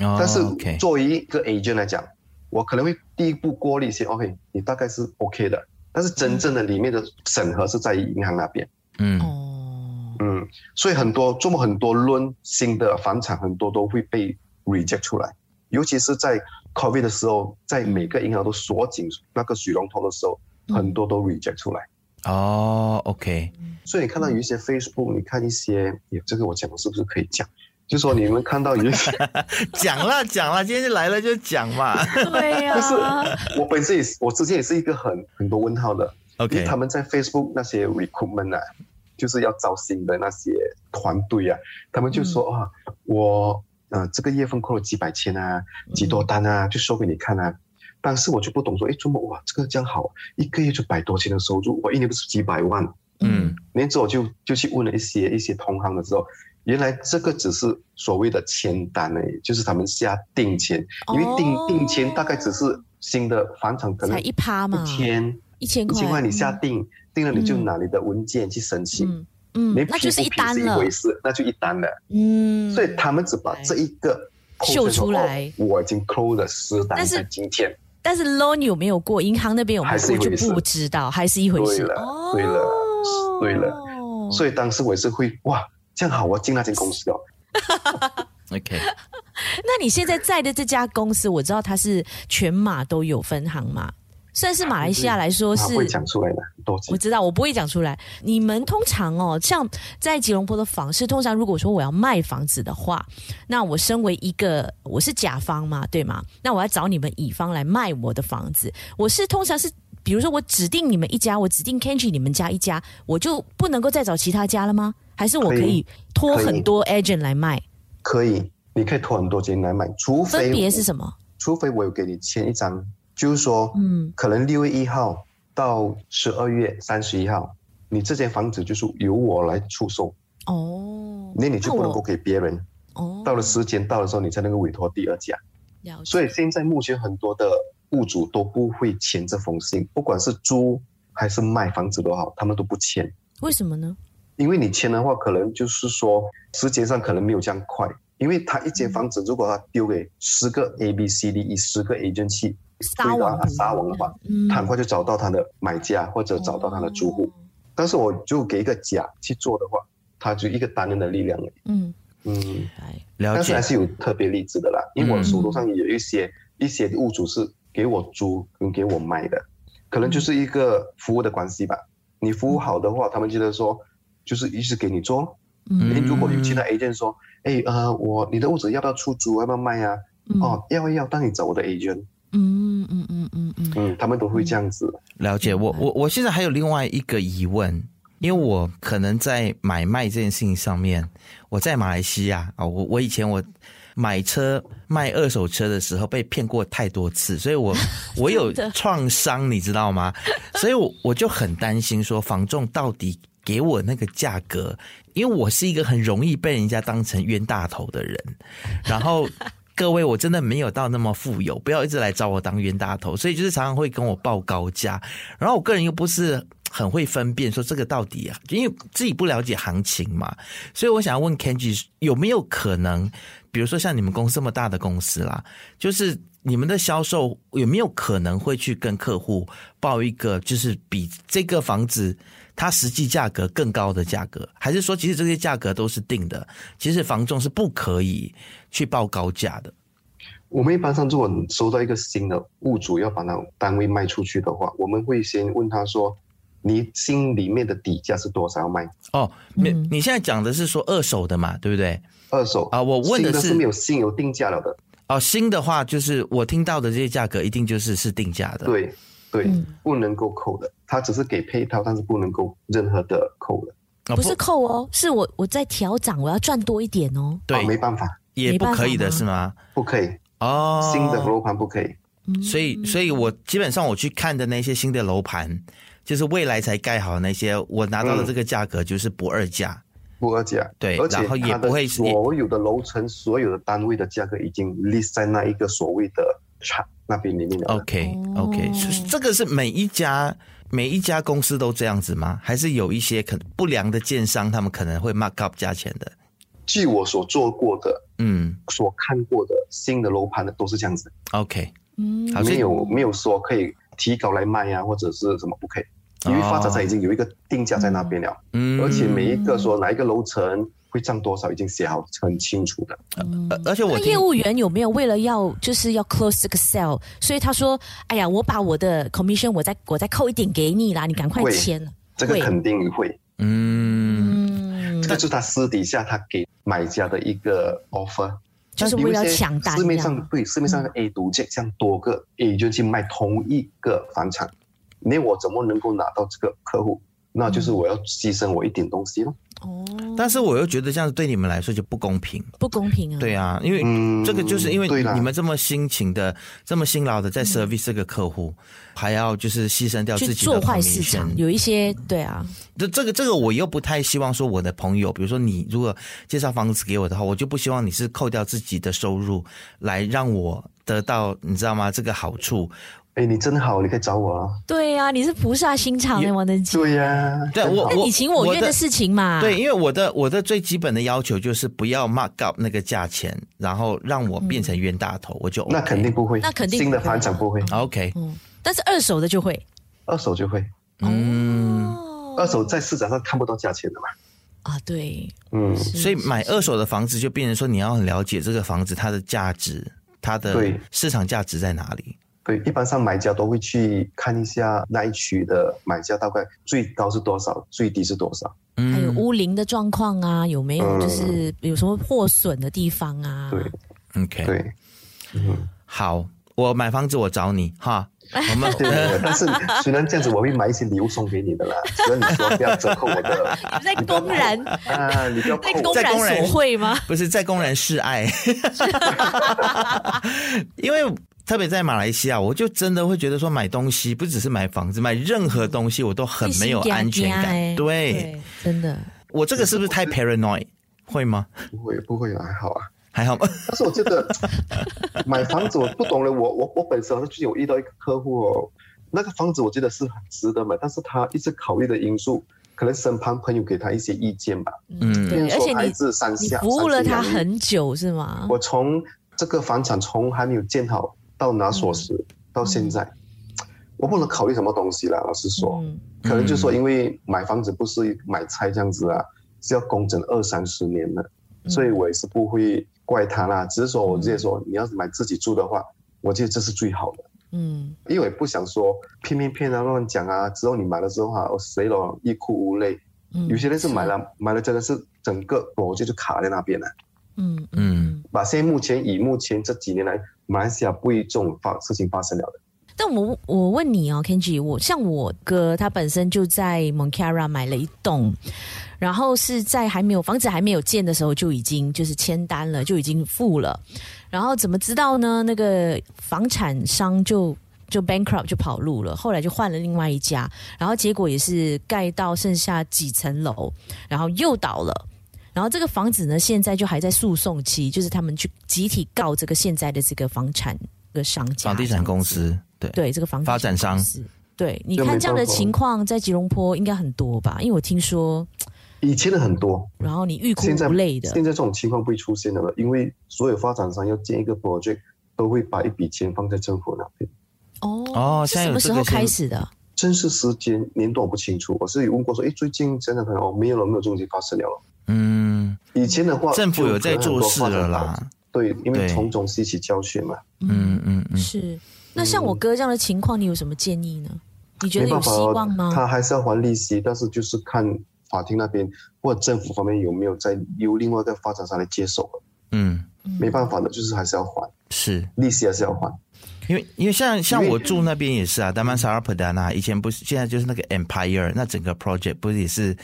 [SPEAKER 2] 哦
[SPEAKER 3] 但是
[SPEAKER 2] OK
[SPEAKER 3] 作为一个 agent 来讲，我可能会第一步过滤先，OK，你大概是 OK 的。但是真正的里面的审核是在于银行那边，
[SPEAKER 2] 嗯
[SPEAKER 1] 哦，
[SPEAKER 3] 嗯，所以很多这么很多论新的房产很多都会被 reject 出来，尤其是在 COVID 的时候，在每个银行都锁紧那个水龙头的时候，
[SPEAKER 1] 嗯
[SPEAKER 3] 很多都 reject 出来。
[SPEAKER 2] 哦 OK，
[SPEAKER 3] 所以你看到有一
[SPEAKER 2] 嗯
[SPEAKER 3] 些 Facebook，你看一些，也这个我讲的是不是可以讲？就说你们看到有一些，
[SPEAKER 2] 讲啦讲啦，今天来了就讲嘛。
[SPEAKER 1] 对啊呀、
[SPEAKER 3] 我本身也是，我之前也是一个很很多问号的，因为
[SPEAKER 2] OK，
[SPEAKER 3] 他们在 Facebook 那些 recruitment 啊，就是要招新的那些团队啊，他们就说
[SPEAKER 1] 嗯
[SPEAKER 3] 啊，我呃这个月份扣了几百千啊，
[SPEAKER 1] 嗯
[SPEAKER 3] 几多单啊，就说给你看啊。但是我就不懂说，哎，怎么哇，这个这样好，一个月就百多千的收入，我一年不是几百万？
[SPEAKER 2] 嗯
[SPEAKER 3] 那之后我就就去问了一些一些同行的时候，原来这个只是所谓的签单而已，就是他们下定签，因为定、
[SPEAKER 1] 哦
[SPEAKER 3] 定签大概只是新的房产可能
[SPEAKER 1] 才一趴嘛，
[SPEAKER 3] 千
[SPEAKER 1] 一千
[SPEAKER 3] 一
[SPEAKER 1] 块，
[SPEAKER 3] 千块你下
[SPEAKER 1] 嗯
[SPEAKER 3] 定、定了，你就拿你的文件去申请。
[SPEAKER 1] 嗯嗯
[SPEAKER 3] 你，
[SPEAKER 1] 那就
[SPEAKER 3] 批不
[SPEAKER 1] 是一
[SPEAKER 3] 批
[SPEAKER 1] 单
[SPEAKER 3] 是一
[SPEAKER 1] 了
[SPEAKER 3] 回，事，那就一单了。
[SPEAKER 1] 嗯，
[SPEAKER 3] 所以他们只把这一个
[SPEAKER 1] 秀出来
[SPEAKER 3] 哦我已经扣了十单
[SPEAKER 1] 但是
[SPEAKER 3] 在今天。
[SPEAKER 1] 但是 loan 有没有过，银行那边有没有
[SPEAKER 3] 还是一
[SPEAKER 1] 过就
[SPEAKER 3] 回事
[SPEAKER 1] 不知道，还是一回事。
[SPEAKER 3] 对了
[SPEAKER 1] 哦
[SPEAKER 3] 对了对了，所以当时我也是会哇，这样好，我要进那间公司哦。
[SPEAKER 2] OK，
[SPEAKER 1] 那你现在在的这家公司，我知道它是全马都有分行嘛，算是马来西亚来说
[SPEAKER 3] 他
[SPEAKER 1] 是。
[SPEAKER 3] 会讲出来的，多谢
[SPEAKER 1] 我知道，我不会讲出来。你们通常哦，像在吉隆坡的房市，通常如果说我要卖房子的话，那我身为一个我是甲方嘛，对吗？那我要找你们乙方来卖我的房子，我是通常是。比如说，我指定你们一家，我指定 Kenji 你们家一家，我就不能够再找其他家了吗？还是我可
[SPEAKER 3] 可
[SPEAKER 1] 以
[SPEAKER 3] 以
[SPEAKER 1] 托
[SPEAKER 3] 可以
[SPEAKER 1] 很多 agent 来卖？
[SPEAKER 3] 可以，你可以投很多钱来买，除非
[SPEAKER 1] 分别是什么？
[SPEAKER 3] 除非我有给你签一张，就是说，
[SPEAKER 1] 嗯，
[SPEAKER 3] 可能六月一号到十二月三十一号，你这间房子就是由我来出售，
[SPEAKER 1] 哦，
[SPEAKER 3] 那你就不能够
[SPEAKER 1] 我
[SPEAKER 3] 给别人。
[SPEAKER 1] 哦，
[SPEAKER 3] 到了时间到的时候，你才能够委托第二家。
[SPEAKER 1] 了解，
[SPEAKER 3] 所以现在目前很多的雇主都不会签这封信，不管是租还是卖房子都好，他们都不签，
[SPEAKER 1] 为什么呢？
[SPEAKER 3] 因为你签的话，可能就是说时间上可能没有这样快。因为他一间房子，如果他丢给十个 A、B、C、D、E 十个 agent 去，
[SPEAKER 1] 撒
[SPEAKER 3] 回答
[SPEAKER 1] 网
[SPEAKER 3] 他撒网的话，
[SPEAKER 1] 嗯
[SPEAKER 3] 他很快就找到他的买家或者找到他的租户。但是我就给一个甲去做的话，他就一个单人的力量而已。
[SPEAKER 1] 嗯，
[SPEAKER 3] 嗯，
[SPEAKER 1] 来，
[SPEAKER 2] 了
[SPEAKER 3] 但是
[SPEAKER 2] 解
[SPEAKER 3] 还，是有特别例子的啦，因为我
[SPEAKER 2] 嗯
[SPEAKER 3] 手头上有一些一些物主是给我租跟给我卖的，可能就是一个服务的关系吧。你服务好的话，他们觉得说就是一直给你做咯。诶
[SPEAKER 1] 嗯
[SPEAKER 3] 如果有其他 agent 说，哎呃，我你的物主要不要出租，要不要卖啊？
[SPEAKER 1] 嗯
[SPEAKER 3] 哦，要啊要，当你找我的 agent，
[SPEAKER 1] 嗯嗯嗯嗯嗯嗯，
[SPEAKER 3] 嗯，他们都会这样子。
[SPEAKER 2] 了解。我
[SPEAKER 1] 明白
[SPEAKER 2] 我我现在还有另外一个疑问，因为我可能在买卖这件事情上面，我在马来西亚啊，我我以前我买车卖二手车的时候被骗过太多次，所 以我我有
[SPEAKER 1] 真的
[SPEAKER 2] 创伤，你知 道吗？所以我我就很担心说房仲到底。给我那个价格，因为我是一个很容易被人家当成冤大头的人，然后各位，我真的没有到那么富有，不要一直来找我当冤大头，所以就是常常会跟我报高价，然后我个人又不是很会分辨说这个到底啊，因为自己不了解行情嘛，所以我想要问 Kenji 有没有可能，比如说像你们公司这么大的公司啦，就是你们的销售有没有可能会去跟客户报一个就是比这个房子它实际价格更高的价格，还是说其实这些价格都是定的，其实房仲是不可以去报高价的？
[SPEAKER 3] 我们一般上，如果你收到一个新的物主要把那单位卖出去的话，我们会先问他说，你心里面的底价是多少要卖？
[SPEAKER 2] 哦，你、
[SPEAKER 1] 嗯
[SPEAKER 2] 你现在讲的是说二手的嘛，对不对？
[SPEAKER 3] 二手
[SPEAKER 2] 啊我问的
[SPEAKER 3] 新
[SPEAKER 2] 是
[SPEAKER 3] 是没有新有定价了的，
[SPEAKER 2] 哦，新的话就是我听到的这些价格一定就是是定价的。，
[SPEAKER 3] 对对、
[SPEAKER 1] 嗯
[SPEAKER 3] 不能够扣的，他只是给配套，但是不能够任何的扣的，
[SPEAKER 2] 哦、
[SPEAKER 1] 不是扣哦，是我我在调涨，我要赚多一点哦。
[SPEAKER 2] 对、
[SPEAKER 3] 啊没办法，
[SPEAKER 2] 也不可以的
[SPEAKER 1] 没办法吗
[SPEAKER 2] 是吗？
[SPEAKER 3] 不可以，
[SPEAKER 2] 哦，
[SPEAKER 3] 新的楼盘不可以，
[SPEAKER 1] 嗯
[SPEAKER 2] 所以，所以我基本上我去看的那些新的楼盘，就是未来才盖好那些，我拿到的这个价格就是不二价。
[SPEAKER 3] 不二价，
[SPEAKER 2] 对
[SPEAKER 3] 而且
[SPEAKER 2] 然后也
[SPEAKER 3] 它的
[SPEAKER 2] 不会是
[SPEAKER 3] 所有的楼层、所有的单位的价格已经 list 在那一个所谓的产那边里面了的。
[SPEAKER 2] OK
[SPEAKER 1] 哦
[SPEAKER 2] OK，、所以这个是每一家每一家公司都这样子吗？还是有一些可能不良的建商他们可能会 mark up 价钱的？
[SPEAKER 3] 据我所做过的、
[SPEAKER 2] 嗯
[SPEAKER 3] 所看过的新的楼盘的都是这样子，
[SPEAKER 2] ，OK，
[SPEAKER 1] 嗯
[SPEAKER 2] 啊好所以
[SPEAKER 3] 没有没有说可以提高来卖啊，或者是什么不可以，因为
[SPEAKER 2] 哦
[SPEAKER 3] 发展商已经有一个定价在那边了，
[SPEAKER 2] 嗯，
[SPEAKER 3] 而且每一个说哪一个楼层会涨多少已经写好很清楚的。
[SPEAKER 2] 呃而且我
[SPEAKER 1] 那业
[SPEAKER 2] 听
[SPEAKER 1] 务员有没有为了要就是要 close 这个 sale，所以他说：“哎呀，我把我的 commission 我再我再扣一点给你啦，你赶快
[SPEAKER 3] 会
[SPEAKER 1] 签了。
[SPEAKER 3] 这个
[SPEAKER 1] 会
[SPEAKER 3] 肯定会，
[SPEAKER 2] 嗯。
[SPEAKER 1] 嗯
[SPEAKER 3] 这，就是他私底下他给买家的一个 offer，
[SPEAKER 1] 就是
[SPEAKER 3] 但有
[SPEAKER 1] 为
[SPEAKER 3] 一
[SPEAKER 1] 了
[SPEAKER 3] 些
[SPEAKER 1] 抢单
[SPEAKER 3] 市面
[SPEAKER 1] 这样嗯
[SPEAKER 3] 上对市面上的 A 独 J 这样多个 A 就去卖同一个房产，那我怎么能够拿到这个客户？那
[SPEAKER 1] 嗯
[SPEAKER 3] 就是我要牺牲我一点东西咯。
[SPEAKER 1] 哦，
[SPEAKER 2] 但是我又觉得这样对你们来说就不公平，
[SPEAKER 1] 不公平啊。
[SPEAKER 2] 对啊，因为
[SPEAKER 3] 嗯
[SPEAKER 2] 这个就是因为
[SPEAKER 3] 对啦
[SPEAKER 2] 你们这么辛勤的、这么辛劳的在 service 这个客户，还要就是牺牲掉
[SPEAKER 1] 嗯去
[SPEAKER 2] 自己
[SPEAKER 1] 做
[SPEAKER 2] 的
[SPEAKER 1] 坏市场，
[SPEAKER 2] commission
[SPEAKER 1] 有一些对啊，
[SPEAKER 2] 这这个这个我又不太希望说我的朋友，比如说你如果介绍房子给我的话，我就不希望你是扣掉自己的收入来让我得到，你知道吗？这个好处。
[SPEAKER 3] 哎，你真好，你可以找我啊。
[SPEAKER 1] 对啊，你是菩萨心肠欸
[SPEAKER 2] 也
[SPEAKER 1] 的王能吉，
[SPEAKER 3] 对呀、
[SPEAKER 2] 对我
[SPEAKER 1] 那你情啊我愿的
[SPEAKER 2] 的
[SPEAKER 1] 啊事情嘛。
[SPEAKER 2] 对，，因为我的我的最基本的要求就是不要 mark up 那个价钱，然后让我变成冤大头，我就 OK、
[SPEAKER 3] 那肯定不会，
[SPEAKER 1] 那肯定
[SPEAKER 3] 新的
[SPEAKER 1] 不会啊
[SPEAKER 3] 房产不会，
[SPEAKER 2] OK。
[SPEAKER 1] 嗯，但是二手的就会，
[SPEAKER 3] 二手就会，
[SPEAKER 2] 嗯，
[SPEAKER 1] 哦
[SPEAKER 3] 二手在市场上看不到价钱的嘛。
[SPEAKER 1] 啊，对，
[SPEAKER 3] 嗯，
[SPEAKER 1] 是
[SPEAKER 2] 哦所以买二手的房子就变成说你要很了解这个房子它的价值，它的
[SPEAKER 3] 对
[SPEAKER 2] 市场价值在哪里。
[SPEAKER 3] 对，一般上买家都会去看一下那一区的买家大概最高是多少，最低是多少。
[SPEAKER 2] 嗯
[SPEAKER 1] 还有屋龄的状况啊，有没有
[SPEAKER 3] 嗯
[SPEAKER 1] 就是有什么破损的地方啊？
[SPEAKER 3] 对
[SPEAKER 2] OK，
[SPEAKER 3] 对，
[SPEAKER 2] 好，我买房子我找 你哈，我们
[SPEAKER 3] 对，但是虽然这样子，我会买一些礼物送给你的啦。虽然你说不要折扣我的，
[SPEAKER 1] 你在公 然
[SPEAKER 3] 啊，你不要扣
[SPEAKER 1] 在
[SPEAKER 3] 我
[SPEAKER 1] 公
[SPEAKER 2] 在
[SPEAKER 1] 然
[SPEAKER 2] 公然
[SPEAKER 1] 索贿吗？
[SPEAKER 2] 不是在公然示 爱，因为特别在马来西亚，我就真的会觉得说买东西不只是买房子，买任何东西我都很没有安
[SPEAKER 1] 心
[SPEAKER 2] 全
[SPEAKER 1] 惊惊
[SPEAKER 2] 感。
[SPEAKER 1] 欸
[SPEAKER 2] 对
[SPEAKER 1] 对，真的，
[SPEAKER 2] 我这个是不是太 paranoid？会吗？
[SPEAKER 3] 不会不会啦，还好啊。
[SPEAKER 2] 还好吗？
[SPEAKER 3] 但是我觉得 买房子我不懂了，我我我本身好像最近有遇到一个客户哦，那个房子我觉得是很值得买，但是他一直考虑的因素，可能身旁朋友给他一些意见吧，
[SPEAKER 2] 嗯
[SPEAKER 1] 对，
[SPEAKER 3] 比如
[SPEAKER 1] 而
[SPEAKER 3] 说
[SPEAKER 1] 且
[SPEAKER 3] 来
[SPEAKER 1] 你
[SPEAKER 3] 自山
[SPEAKER 1] 你
[SPEAKER 3] 下，
[SPEAKER 1] 服务了他
[SPEAKER 3] 山西南
[SPEAKER 1] 很久是吗嗯
[SPEAKER 3] 宁，？我从这个房产从还没有建好到拿锁匙，到现在，我不能考虑什么东西了。老实说，
[SPEAKER 1] 嗯
[SPEAKER 3] 可能就说因为买房子不是买菜这样子啊，是要工整二三十年的，
[SPEAKER 1] 嗯
[SPEAKER 3] 所以我也是不会怪他啦。只是说我直接说，你要是买自己住的话，我觉得这是最好的。
[SPEAKER 1] 嗯
[SPEAKER 3] 因为我也不想说骗骗骗啊，乱乱讲啊。之后你买了之后啊，我谁都欲哭无泪。
[SPEAKER 1] 嗯，
[SPEAKER 3] 有些人是买了买了，真的是整个我就就卡在那边了。
[SPEAKER 1] 嗯，嗯
[SPEAKER 2] 嗯
[SPEAKER 1] 嗯。
[SPEAKER 3] 把现在目前以目前这几年来，马来西亚不一这种发事情发生了的。
[SPEAKER 1] 但我我问你哦，Kenji，我像我哥他本身就在 Montclair 买了一栋，然后是在还没有房子还没有建的时候就已经就是签单了，就已经付了，然后怎么知道呢？那个房产商就。就 bankrupt 就跑路了，后来就换了另外一家，然后结果也是盖到剩下几层楼，然后又倒了，然后这个房子呢现在就还在诉讼期，就是他们去集体告这个现在的这个房产这个商家
[SPEAKER 2] 房地产公司，对，
[SPEAKER 1] 对这个房地
[SPEAKER 2] 发展商
[SPEAKER 1] 公司对，你
[SPEAKER 3] 就没
[SPEAKER 1] 看这样的
[SPEAKER 3] 办法
[SPEAKER 1] 情况在吉隆坡应该很多吧？因为我听说，
[SPEAKER 3] 以前的很多，
[SPEAKER 1] 然后你欲哭
[SPEAKER 3] 现在
[SPEAKER 1] 无泪
[SPEAKER 3] 现
[SPEAKER 1] 的，
[SPEAKER 3] 在这种情况不会出现的了，因为所有发展商要建一个 project，都会把一笔钱放在政府那边。
[SPEAKER 1] 哦
[SPEAKER 2] 哦
[SPEAKER 1] 是
[SPEAKER 2] 现在
[SPEAKER 1] 什
[SPEAKER 2] 有
[SPEAKER 1] 么
[SPEAKER 2] 这
[SPEAKER 1] 时候
[SPEAKER 2] 个新
[SPEAKER 1] 开始的？
[SPEAKER 3] 正式时间年度我不清楚，我是有问过说，诶，最近真的可能哦，没有了，没有这种东西发生了了。
[SPEAKER 2] 嗯，
[SPEAKER 3] 以前的话，
[SPEAKER 2] 政府有在做事了
[SPEAKER 3] 哦就可能很多发展商
[SPEAKER 2] 啦。
[SPEAKER 3] 对，因为
[SPEAKER 2] 对
[SPEAKER 3] 从中吸取教训嘛。
[SPEAKER 2] 嗯嗯嗯，
[SPEAKER 1] 是。那像我哥这样的情况，你有什么建议呢？你觉得
[SPEAKER 3] 嗯没
[SPEAKER 1] 有
[SPEAKER 3] 办法
[SPEAKER 1] 希
[SPEAKER 3] 哦
[SPEAKER 1] 望吗？
[SPEAKER 3] 他还是要还利息，但是就是看法庭那边或者政府方面有没有再由另外一个发展商来接手。
[SPEAKER 2] 嗯，
[SPEAKER 3] 没办法的，就是还是要还
[SPEAKER 2] 是
[SPEAKER 3] 利息，还是要还。
[SPEAKER 2] 因为因为像像
[SPEAKER 3] 因为
[SPEAKER 2] 我住那边也是啊，丹曼萨拉普达纳以前不是现在就是那个 Empire，那整个 project 不是也是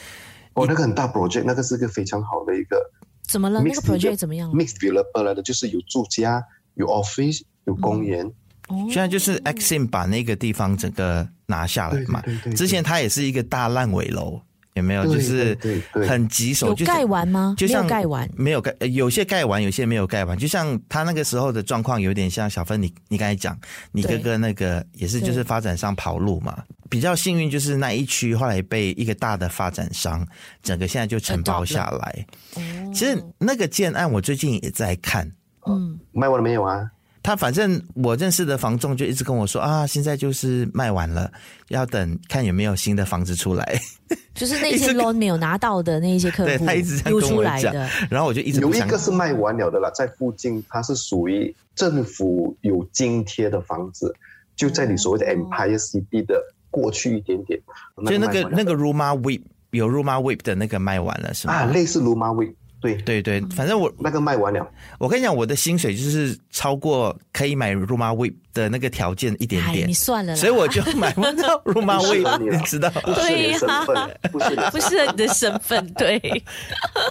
[SPEAKER 3] 哦，那个很大 project，那个是一个非常好的一个
[SPEAKER 1] 怎么了？那个
[SPEAKER 3] mixed
[SPEAKER 1] project 怎么
[SPEAKER 2] 嗯
[SPEAKER 1] 样了？
[SPEAKER 3] mixed developer 来的，就是有住家、有 office、有公园。
[SPEAKER 2] 嗯
[SPEAKER 1] 哦
[SPEAKER 2] 现在就是 Exim 把那个地方整个拿下来嘛
[SPEAKER 3] 对对对对。对
[SPEAKER 2] 之前它也是一个大烂尾楼，有没有？
[SPEAKER 3] 对
[SPEAKER 2] 就是
[SPEAKER 3] 对对对
[SPEAKER 2] 很棘手，
[SPEAKER 1] 有
[SPEAKER 2] 就是
[SPEAKER 1] 盖完吗？
[SPEAKER 2] 就像
[SPEAKER 1] 没有盖完。
[SPEAKER 2] 没有盖，呃有些盖完，有些没有盖完。就像他那个时候的状况，有点像小芬你你刚才讲，你哥
[SPEAKER 1] 对
[SPEAKER 2] 哥那个也是就是
[SPEAKER 1] 对
[SPEAKER 2] 发展商跑路嘛。比较幸运就是那一区后来被一个大的发展商整个现在就承包
[SPEAKER 1] Adopt
[SPEAKER 2] 下来。
[SPEAKER 1] 哦
[SPEAKER 2] 其实那个建案我最近也在看，
[SPEAKER 3] 哦
[SPEAKER 1] 嗯，
[SPEAKER 3] 卖完了没有啊？
[SPEAKER 2] 他反正我认识的房仲就一直跟我说啊，现在就是卖完了，要等看有没有新的房子出来。
[SPEAKER 1] 就是那
[SPEAKER 2] 一
[SPEAKER 1] 些
[SPEAKER 2] 直
[SPEAKER 1] loan 没有拿到的那些客
[SPEAKER 2] 对
[SPEAKER 1] 户
[SPEAKER 2] 他一直这样
[SPEAKER 1] 丢
[SPEAKER 2] 跟我
[SPEAKER 1] 出来
[SPEAKER 2] 讲
[SPEAKER 1] 的，
[SPEAKER 2] 然后我就一直
[SPEAKER 3] 有
[SPEAKER 2] 不
[SPEAKER 3] 一
[SPEAKER 2] 想
[SPEAKER 3] 个是卖完了的啦，在附近它是属于政府有津贴的房子，就在你所谓的 Empire City 的过去一点点。
[SPEAKER 2] 哦就那
[SPEAKER 3] 卖
[SPEAKER 2] 个
[SPEAKER 3] 完了
[SPEAKER 2] 那个 Ruma Whip 有 Ruma Whip 的那个卖完了是吗？
[SPEAKER 3] 啊，嗯类似卢马威，对，
[SPEAKER 2] 对对，反正我
[SPEAKER 3] 那个 卖完了。
[SPEAKER 2] 我跟你讲，我的薪水就是超过可以买 Ruma Whip 的那个条件一点
[SPEAKER 1] 哎，
[SPEAKER 2] 点
[SPEAKER 1] 你，算了啦，
[SPEAKER 2] 所以我就买不到 Ruma
[SPEAKER 3] 不适合 你
[SPEAKER 2] Whip，
[SPEAKER 3] 了
[SPEAKER 2] 你知道？
[SPEAKER 3] 不是你
[SPEAKER 1] 对
[SPEAKER 3] 的
[SPEAKER 1] 呀
[SPEAKER 3] 身份，不是你的
[SPEAKER 1] 不是你的身份， 对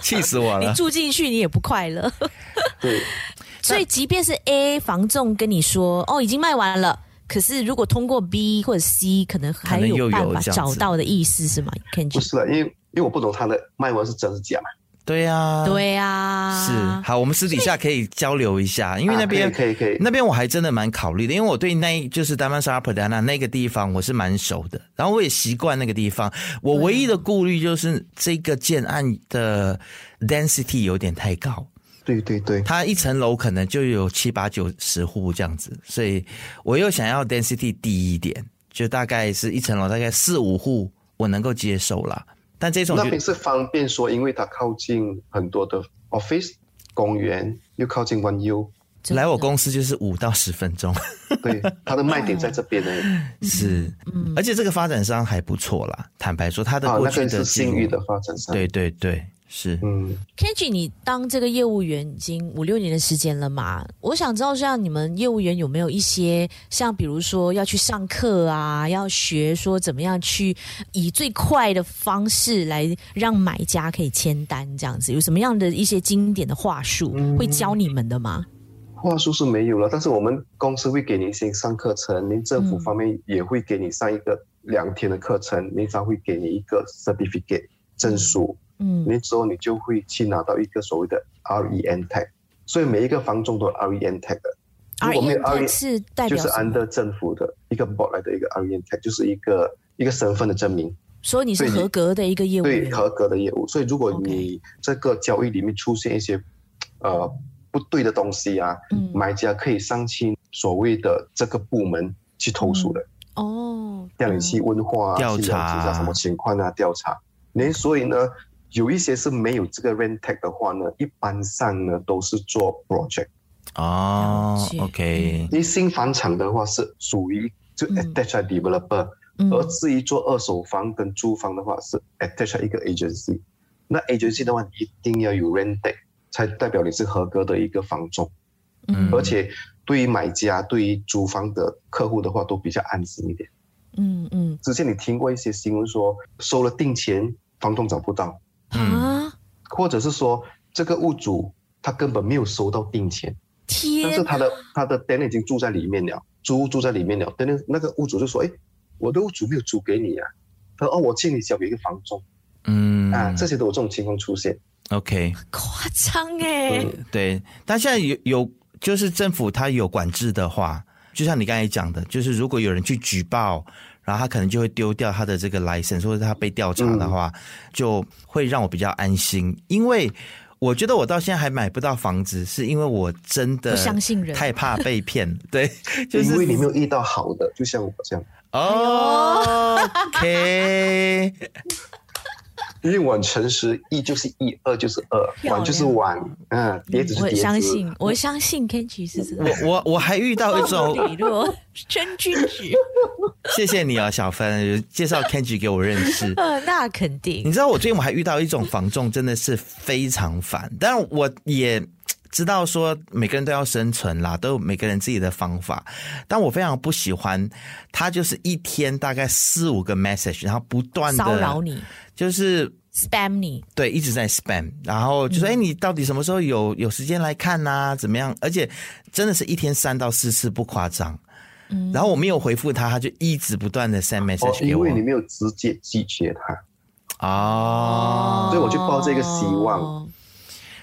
[SPEAKER 2] 气死我
[SPEAKER 1] 你
[SPEAKER 2] 了！
[SPEAKER 1] 住进去你也不快乐。
[SPEAKER 3] 对，
[SPEAKER 1] 所以，即便是 A 房仲跟你说哦已经卖完了，可是如果通过 B 或者 C，可能还
[SPEAKER 2] 可能又
[SPEAKER 1] 有
[SPEAKER 2] 有
[SPEAKER 1] 办法
[SPEAKER 2] 这样
[SPEAKER 1] 找
[SPEAKER 2] 子
[SPEAKER 1] 到的意思是吗
[SPEAKER 3] 不
[SPEAKER 1] ？Kenji，
[SPEAKER 3] 是了，因为因为我不懂他的卖完是真是假嘛。
[SPEAKER 2] 对呀、啊，。
[SPEAKER 1] 对啊，
[SPEAKER 2] 是好，我们私底下可以交流一下，因为那边、
[SPEAKER 3] 啊可以可以可以
[SPEAKER 2] 那边我还真的蛮考虑的，因为我对那一就是丹曼沙拉普达纳那个地方我是蛮熟的，然后我也习惯那个地方。我唯一的顾虑就是这个建案的 density 有点太高，
[SPEAKER 3] 对对对，
[SPEAKER 2] 它一层楼可能就有七八九十户这样子，所以我又想要 density 低一点，就大概是一层楼大概四五户我能够接受啦。但这种
[SPEAKER 3] 那
[SPEAKER 2] 就
[SPEAKER 3] 边是方便说，因为它靠近很多的 office 公园，又靠近湾 U，
[SPEAKER 1] 真的
[SPEAKER 2] 来我公司就是五到十分钟。
[SPEAKER 3] 对，它的卖点在这边呢。
[SPEAKER 2] 是，
[SPEAKER 1] 嗯
[SPEAKER 2] 而且这个发展商还不错啦。坦白说，他的
[SPEAKER 3] 啊，
[SPEAKER 2] 过
[SPEAKER 3] 那
[SPEAKER 2] 去
[SPEAKER 3] 个
[SPEAKER 2] 的
[SPEAKER 3] 是
[SPEAKER 2] 经
[SPEAKER 3] 信
[SPEAKER 2] 历
[SPEAKER 3] 誉的，发展商。，
[SPEAKER 2] 对对对，是，
[SPEAKER 3] 嗯，
[SPEAKER 1] Kenji，你当这个业务员已经五六年的时间了嘛？我想知道，像你们业务员有没有一些像，比如说要去上课啊，要学说怎么样去以最快的方式来让买家可以签单，这样子有什么样的一些经典的话术、
[SPEAKER 2] 嗯
[SPEAKER 1] 会教你们的吗？
[SPEAKER 3] 话术是没有了，但是我们公司会给你一些上课程，您政府方面也会给你上一个两天的课程，您才会给你一个 certificate 证书。
[SPEAKER 1] 嗯
[SPEAKER 3] 那之后你就会去拿到一个所谓的 REN tag，所以每一个房仲都有 REN tag 的。如
[SPEAKER 1] ，R
[SPEAKER 3] 果
[SPEAKER 1] E
[SPEAKER 3] 没有
[SPEAKER 1] N
[SPEAKER 3] REN，
[SPEAKER 1] 是代
[SPEAKER 3] 就
[SPEAKER 1] 表
[SPEAKER 3] 是
[SPEAKER 1] 什么？
[SPEAKER 3] under 政府的一个 board 来的一个 REN tag，就是一个一个身份的证明，
[SPEAKER 1] 所以你是
[SPEAKER 3] 对你
[SPEAKER 1] 合格的一个业务
[SPEAKER 3] 对
[SPEAKER 1] 员，
[SPEAKER 3] 合格的业务。所以如果你这个交易里面出现一些呃不对的东西啊，
[SPEAKER 1] 嗯
[SPEAKER 3] 买家可以上去所谓的这个部门去投诉的，
[SPEAKER 1] 哦，
[SPEAKER 3] 叫你去问话、啊、
[SPEAKER 2] 调
[SPEAKER 3] 去了解一
[SPEAKER 2] 查
[SPEAKER 3] 下什么情况啊、调查。连所以呢，有一些是没有这个 rent tag 的话呢，一般上呢都是做 project。
[SPEAKER 2] 哦
[SPEAKER 1] 了解
[SPEAKER 2] ，OK，
[SPEAKER 3] 因为新房产的话是属于就
[SPEAKER 1] 嗯
[SPEAKER 3] attached at developer，、
[SPEAKER 1] 嗯
[SPEAKER 3] 而至于做二手房跟租房的话是 attached at 一个 agency。那 agency 的话，你一定要有 rent tag，才代表你是合格的一个房仲。
[SPEAKER 1] 嗯
[SPEAKER 3] 而且对于买家、对于租房的客户的话，都比较安心一点。
[SPEAKER 1] 嗯嗯
[SPEAKER 3] 之前你听过一些新闻说，收了定钱，房东找不到，
[SPEAKER 2] 嗯
[SPEAKER 1] 啊，
[SPEAKER 3] 或者是说这个屋主他根本没有收到定钱，
[SPEAKER 1] 天，
[SPEAKER 3] 但是他的他的 tenant 已经住在里面了，租屋住在里面了，tenant 那个屋主就说，哎，我的屋主没有租给你啊，他说哦，我欠你交给一个房东
[SPEAKER 2] 嗯
[SPEAKER 3] 啊，这些都有这种情况出现。
[SPEAKER 2] OK，
[SPEAKER 1] 夸张哎，
[SPEAKER 2] 对，但现在有有就是政府它有管制的话，就像你刚才讲的，就是如果有人去举报，然后他可能就会丢掉他的这个 license，或者他被调查的
[SPEAKER 3] 嗯
[SPEAKER 2] 话，就会让我比较安心，因为。我觉得我到现在还买不到房子，是因为我真的
[SPEAKER 1] 不相信人
[SPEAKER 2] 太怕被骗。 对，就是
[SPEAKER 3] 因为你没有遇到好的，就像我这样，
[SPEAKER 2] 哦 OK，
[SPEAKER 3] 因为我很诚实，一就是一，二就是二，
[SPEAKER 1] 漂亮
[SPEAKER 3] 碗就是碗，嗯，碟子是
[SPEAKER 1] 我
[SPEAKER 3] 碟子。
[SPEAKER 1] 相信，我相信 Kenji 是真的。
[SPEAKER 2] 我我我还遇到一 种
[SPEAKER 1] 李若真君子，
[SPEAKER 2] 谢谢你啊，小芬介绍 Kenji 给我认 识。
[SPEAKER 1] 呃，那肯定
[SPEAKER 2] 你。知道我最近我还遇到一种房仲，真的是非常烦，但我也知道说每个人都要生存啦，都有每个人自己的方法。但我非常不喜欢他，就是一天大概四五个 message，然后不断的
[SPEAKER 1] 骚扰，你
[SPEAKER 2] 就是
[SPEAKER 1] ，spam 你，
[SPEAKER 2] 对，一直在 spam，然后
[SPEAKER 1] 嗯
[SPEAKER 2] 就说：“哎、你到底什么时候有有时间来看呐、怎么样？”而且真的是一天三到四次，不夸张。
[SPEAKER 1] 嗯
[SPEAKER 2] 然后我没有回复他，他就一直不断的 send
[SPEAKER 3] 哦
[SPEAKER 2] message，给
[SPEAKER 3] 因
[SPEAKER 2] 我。
[SPEAKER 3] 为你没有直接拒绝他，
[SPEAKER 2] 哦，
[SPEAKER 3] 所以我就抱这个希望
[SPEAKER 1] 哦。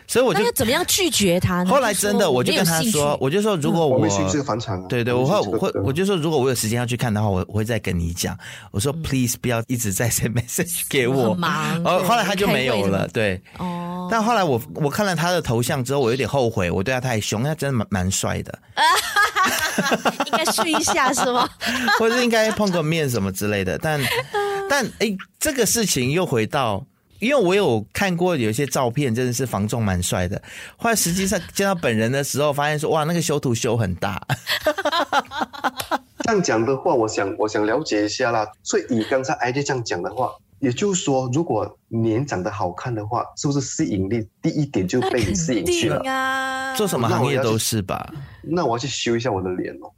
[SPEAKER 2] 所以我
[SPEAKER 1] 那
[SPEAKER 2] 就
[SPEAKER 1] 要怎么样拒绝他呢？
[SPEAKER 2] 后来真的我就跟他
[SPEAKER 1] 没有
[SPEAKER 2] 说
[SPEAKER 1] 兴，趣嗯
[SPEAKER 2] 我就说如果
[SPEAKER 3] 我
[SPEAKER 2] 哦我
[SPEAKER 3] 们去这个房产啊。
[SPEAKER 2] 对对，我
[SPEAKER 3] 们
[SPEAKER 2] 会
[SPEAKER 3] 去这个
[SPEAKER 2] 我会我就说，如果我有时间要去看的话，我我会再跟你讲。我说 please 不要一直在 send message 给
[SPEAKER 1] 我
[SPEAKER 2] 我
[SPEAKER 1] 嗯很，忙
[SPEAKER 2] 哦，
[SPEAKER 1] 对
[SPEAKER 2] 后来他就没有
[SPEAKER 1] 开会什
[SPEAKER 2] 了
[SPEAKER 1] 么，
[SPEAKER 2] 对。
[SPEAKER 1] 哦，
[SPEAKER 2] 但后来我我看了他的头像之后，我有点后悔，我对他太凶，他真的蛮蛮帅的，
[SPEAKER 1] 应该试一下是吗？
[SPEAKER 2] 或者应该碰个面什么之类的。 但但诶，这个事情又回到，因为我有看过有一些照片，真的是房仲蛮帅的。后来实际上见到本人的时候，发现说哇，那个修图修很大，
[SPEAKER 3] 啊这样讲的话，我想我想了解一下啦。所以以刚才 ID 这样讲的话，也就是说，如果年长得好看的话，是不是吸引力第一点就被你吸引去
[SPEAKER 1] 定
[SPEAKER 3] 了？
[SPEAKER 1] 啊，
[SPEAKER 2] 做什么
[SPEAKER 3] 那我
[SPEAKER 2] 行业
[SPEAKER 3] 要去
[SPEAKER 2] 都是吧。
[SPEAKER 3] 那我要去修一下我的脸哦。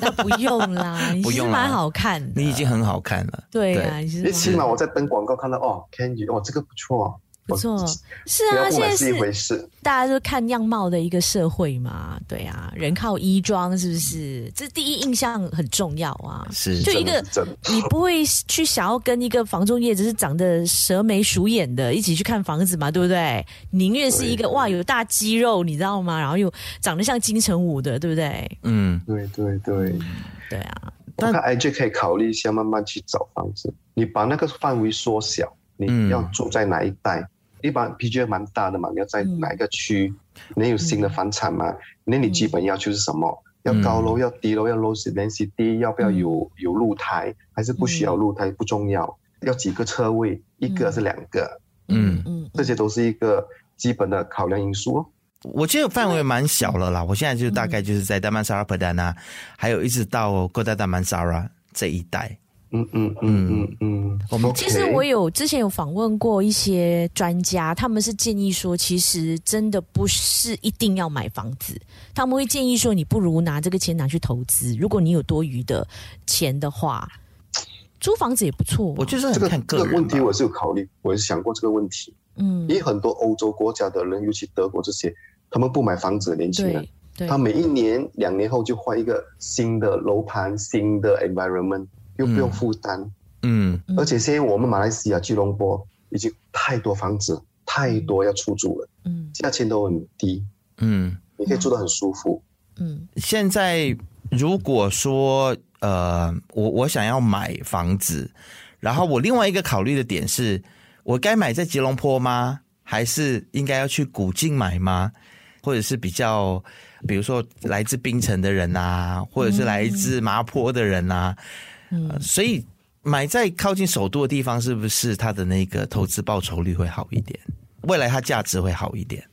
[SPEAKER 1] 那不用 啦，你
[SPEAKER 2] 不
[SPEAKER 1] 其实
[SPEAKER 2] 用啦
[SPEAKER 1] 蛮好看的，
[SPEAKER 2] 你已经很好看了。
[SPEAKER 1] 对啊，你其
[SPEAKER 3] 因为
[SPEAKER 1] 实
[SPEAKER 3] 起码我在登广告看到哦，Candy 哦，这个不错哦，
[SPEAKER 1] 不错
[SPEAKER 3] 我。
[SPEAKER 1] 是
[SPEAKER 3] 不
[SPEAKER 1] 啊，
[SPEAKER 3] 要不
[SPEAKER 1] 现
[SPEAKER 3] 买
[SPEAKER 1] 在
[SPEAKER 3] 是一
[SPEAKER 1] 是
[SPEAKER 3] 回事。
[SPEAKER 1] 大家都看样貌的一个社会嘛，对啊，人靠衣装是不是？这第一印象很重要啊。
[SPEAKER 2] 是
[SPEAKER 1] 就一个
[SPEAKER 3] 真的
[SPEAKER 1] 你不会去想要跟一个房仲业只是长得蛇眉鼠眼的一起去看房子嘛，对不对？宁愿是一个
[SPEAKER 3] 对
[SPEAKER 1] 哇有大肌肉，你知道吗？然后又长得像金城武的，对不对？
[SPEAKER 2] 嗯，
[SPEAKER 3] 对对对，
[SPEAKER 1] 对啊，
[SPEAKER 3] 我看 IG 可以考虑一下，慢慢去找房子。你把那个范围缩小，
[SPEAKER 2] 嗯
[SPEAKER 3] 你要住在哪一带？一般 PG 蛮大的嘛，你要在哪一个区？你有新的房产吗？那你基本要求是什么？要高楼，要低楼，要 low density，要不要有有露台？还是不需要露台？不重要。要几个车位？一个还是两个？
[SPEAKER 2] 嗯
[SPEAKER 1] 嗯
[SPEAKER 3] 这些都是一个基本的考量因素哦。
[SPEAKER 2] 我觉得范围蛮小了啦。我现在就大概就是在丹曼萨拉、普丹啊，还有一直到哥达达曼萨拉这一带。
[SPEAKER 3] 嗯嗯嗯嗯嗯。
[SPEAKER 2] 我们
[SPEAKER 3] OK
[SPEAKER 1] 其实我有之前有访问过一些专家，他们是建议说，其实真的不是一定要买房子，他们会建议说，你不如拿这个钱拿去投资，如果你有多余的钱的话，租房子也不错啊、
[SPEAKER 2] 我就是
[SPEAKER 3] 这个
[SPEAKER 2] 很嗯看个
[SPEAKER 3] 这个
[SPEAKER 2] 人吧。
[SPEAKER 3] 问题我是有考虑，我是想过这个问题。
[SPEAKER 1] 嗯
[SPEAKER 3] 因，为很多欧洲国家的人，尤其德国这些，他们不买房子的年轻人
[SPEAKER 1] 对，对，
[SPEAKER 3] 啊他每一年、两年后就换一个新的楼盘、新的 environment，又不用负担。
[SPEAKER 2] 嗯
[SPEAKER 1] 嗯
[SPEAKER 3] 而且现在我们马来西亚吉隆坡已经太多房子，太多要出租了，
[SPEAKER 1] 嗯
[SPEAKER 3] 价钱都很低，
[SPEAKER 2] 嗯，
[SPEAKER 3] 你可以住得很舒服。
[SPEAKER 1] 嗯
[SPEAKER 2] 现在如果说呃，我我想要买房子，然后我另外一个考虑的点是，我该买在吉隆坡吗？还是应该要去古晋买吗？或者是比较，比如说来自槟城的人啊，或者是来自麻坡的人啊，呃所以买在靠近首都的地方，是不是它的那个投资报酬率会好一点？未来它价值会好一点？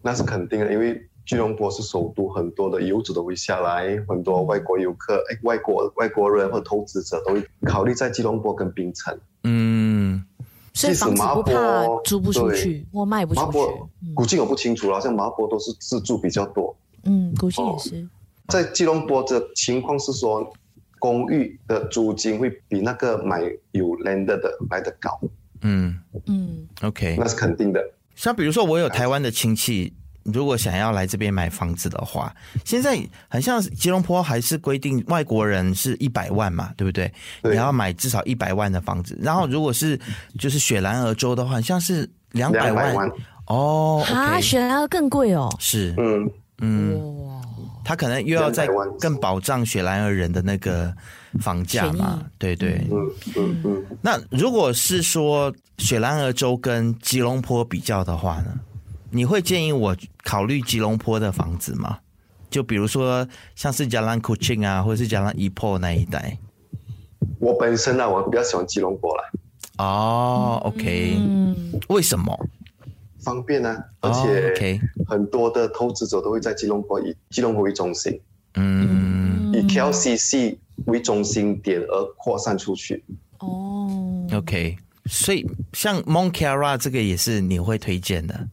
[SPEAKER 3] 那是肯定的，因为吉隆坡是首都，很多的游子都会下来，很多外国游客、哎，外国外国人或投资者都会考虑在吉隆坡跟槟城。
[SPEAKER 2] 嗯，
[SPEAKER 1] 所以房子不
[SPEAKER 3] 即使
[SPEAKER 1] 怕
[SPEAKER 3] 麻坡
[SPEAKER 1] 租不出去
[SPEAKER 3] 对
[SPEAKER 1] 或卖不
[SPEAKER 3] 麻
[SPEAKER 1] 出去
[SPEAKER 3] 坡。古晋我不清楚了，像麻坡都是自住比较多。
[SPEAKER 1] 嗯，估计
[SPEAKER 3] 哦
[SPEAKER 1] 也是。
[SPEAKER 3] 在吉隆坡的情况是说，公寓的租金会比那个买有 land 的来的高，
[SPEAKER 2] 嗯
[SPEAKER 1] 嗯，
[SPEAKER 2] ，OK，
[SPEAKER 3] 那是肯定的。
[SPEAKER 2] 像比如说，我有台湾的亲戚，如果想要来这边买房子的话，现在很像吉隆坡还是规定外国人是一百万嘛，对不对？
[SPEAKER 3] 对
[SPEAKER 2] 你要买至少一百万的房子。然后如果是就是雪兰莪州的话，好像是两百
[SPEAKER 3] 200
[SPEAKER 2] 万
[SPEAKER 3] 万
[SPEAKER 2] 哦。
[SPEAKER 1] 啊，
[SPEAKER 2] OK，
[SPEAKER 1] 雪兰莪更贵哦。
[SPEAKER 2] 是，
[SPEAKER 3] 嗯，
[SPEAKER 2] 嗯，
[SPEAKER 1] 哇，
[SPEAKER 2] 他可能又要再
[SPEAKER 3] 200万
[SPEAKER 2] 更保障雪兰莪人的那个房价嘛
[SPEAKER 1] 权益，
[SPEAKER 2] 对对。
[SPEAKER 3] 嗯嗯嗯，
[SPEAKER 2] 那如果是说雪兰莪州跟吉隆坡比较的话呢，你会建议我考虑吉隆坡的房子吗？就比如说像是加兰 Kuching 啊，或者是加兰 e p o 那一带。
[SPEAKER 3] 我本身呢、我比较喜欢吉隆坡啦，
[SPEAKER 2] 哦、o k
[SPEAKER 1] 嗯，
[SPEAKER 2] 为什么？
[SPEAKER 3] 方便啊，
[SPEAKER 2] 哦
[SPEAKER 3] 而且
[SPEAKER 2] OK，
[SPEAKER 3] 很多的投资者都会在吉隆坡以吉隆坡为中心，
[SPEAKER 2] 嗯
[SPEAKER 3] 以 KLCC 为中心点而扩散出去。
[SPEAKER 1] 哦，
[SPEAKER 3] 嗯
[SPEAKER 2] ，OK，所以像 Montclair 这个也是你会推荐的，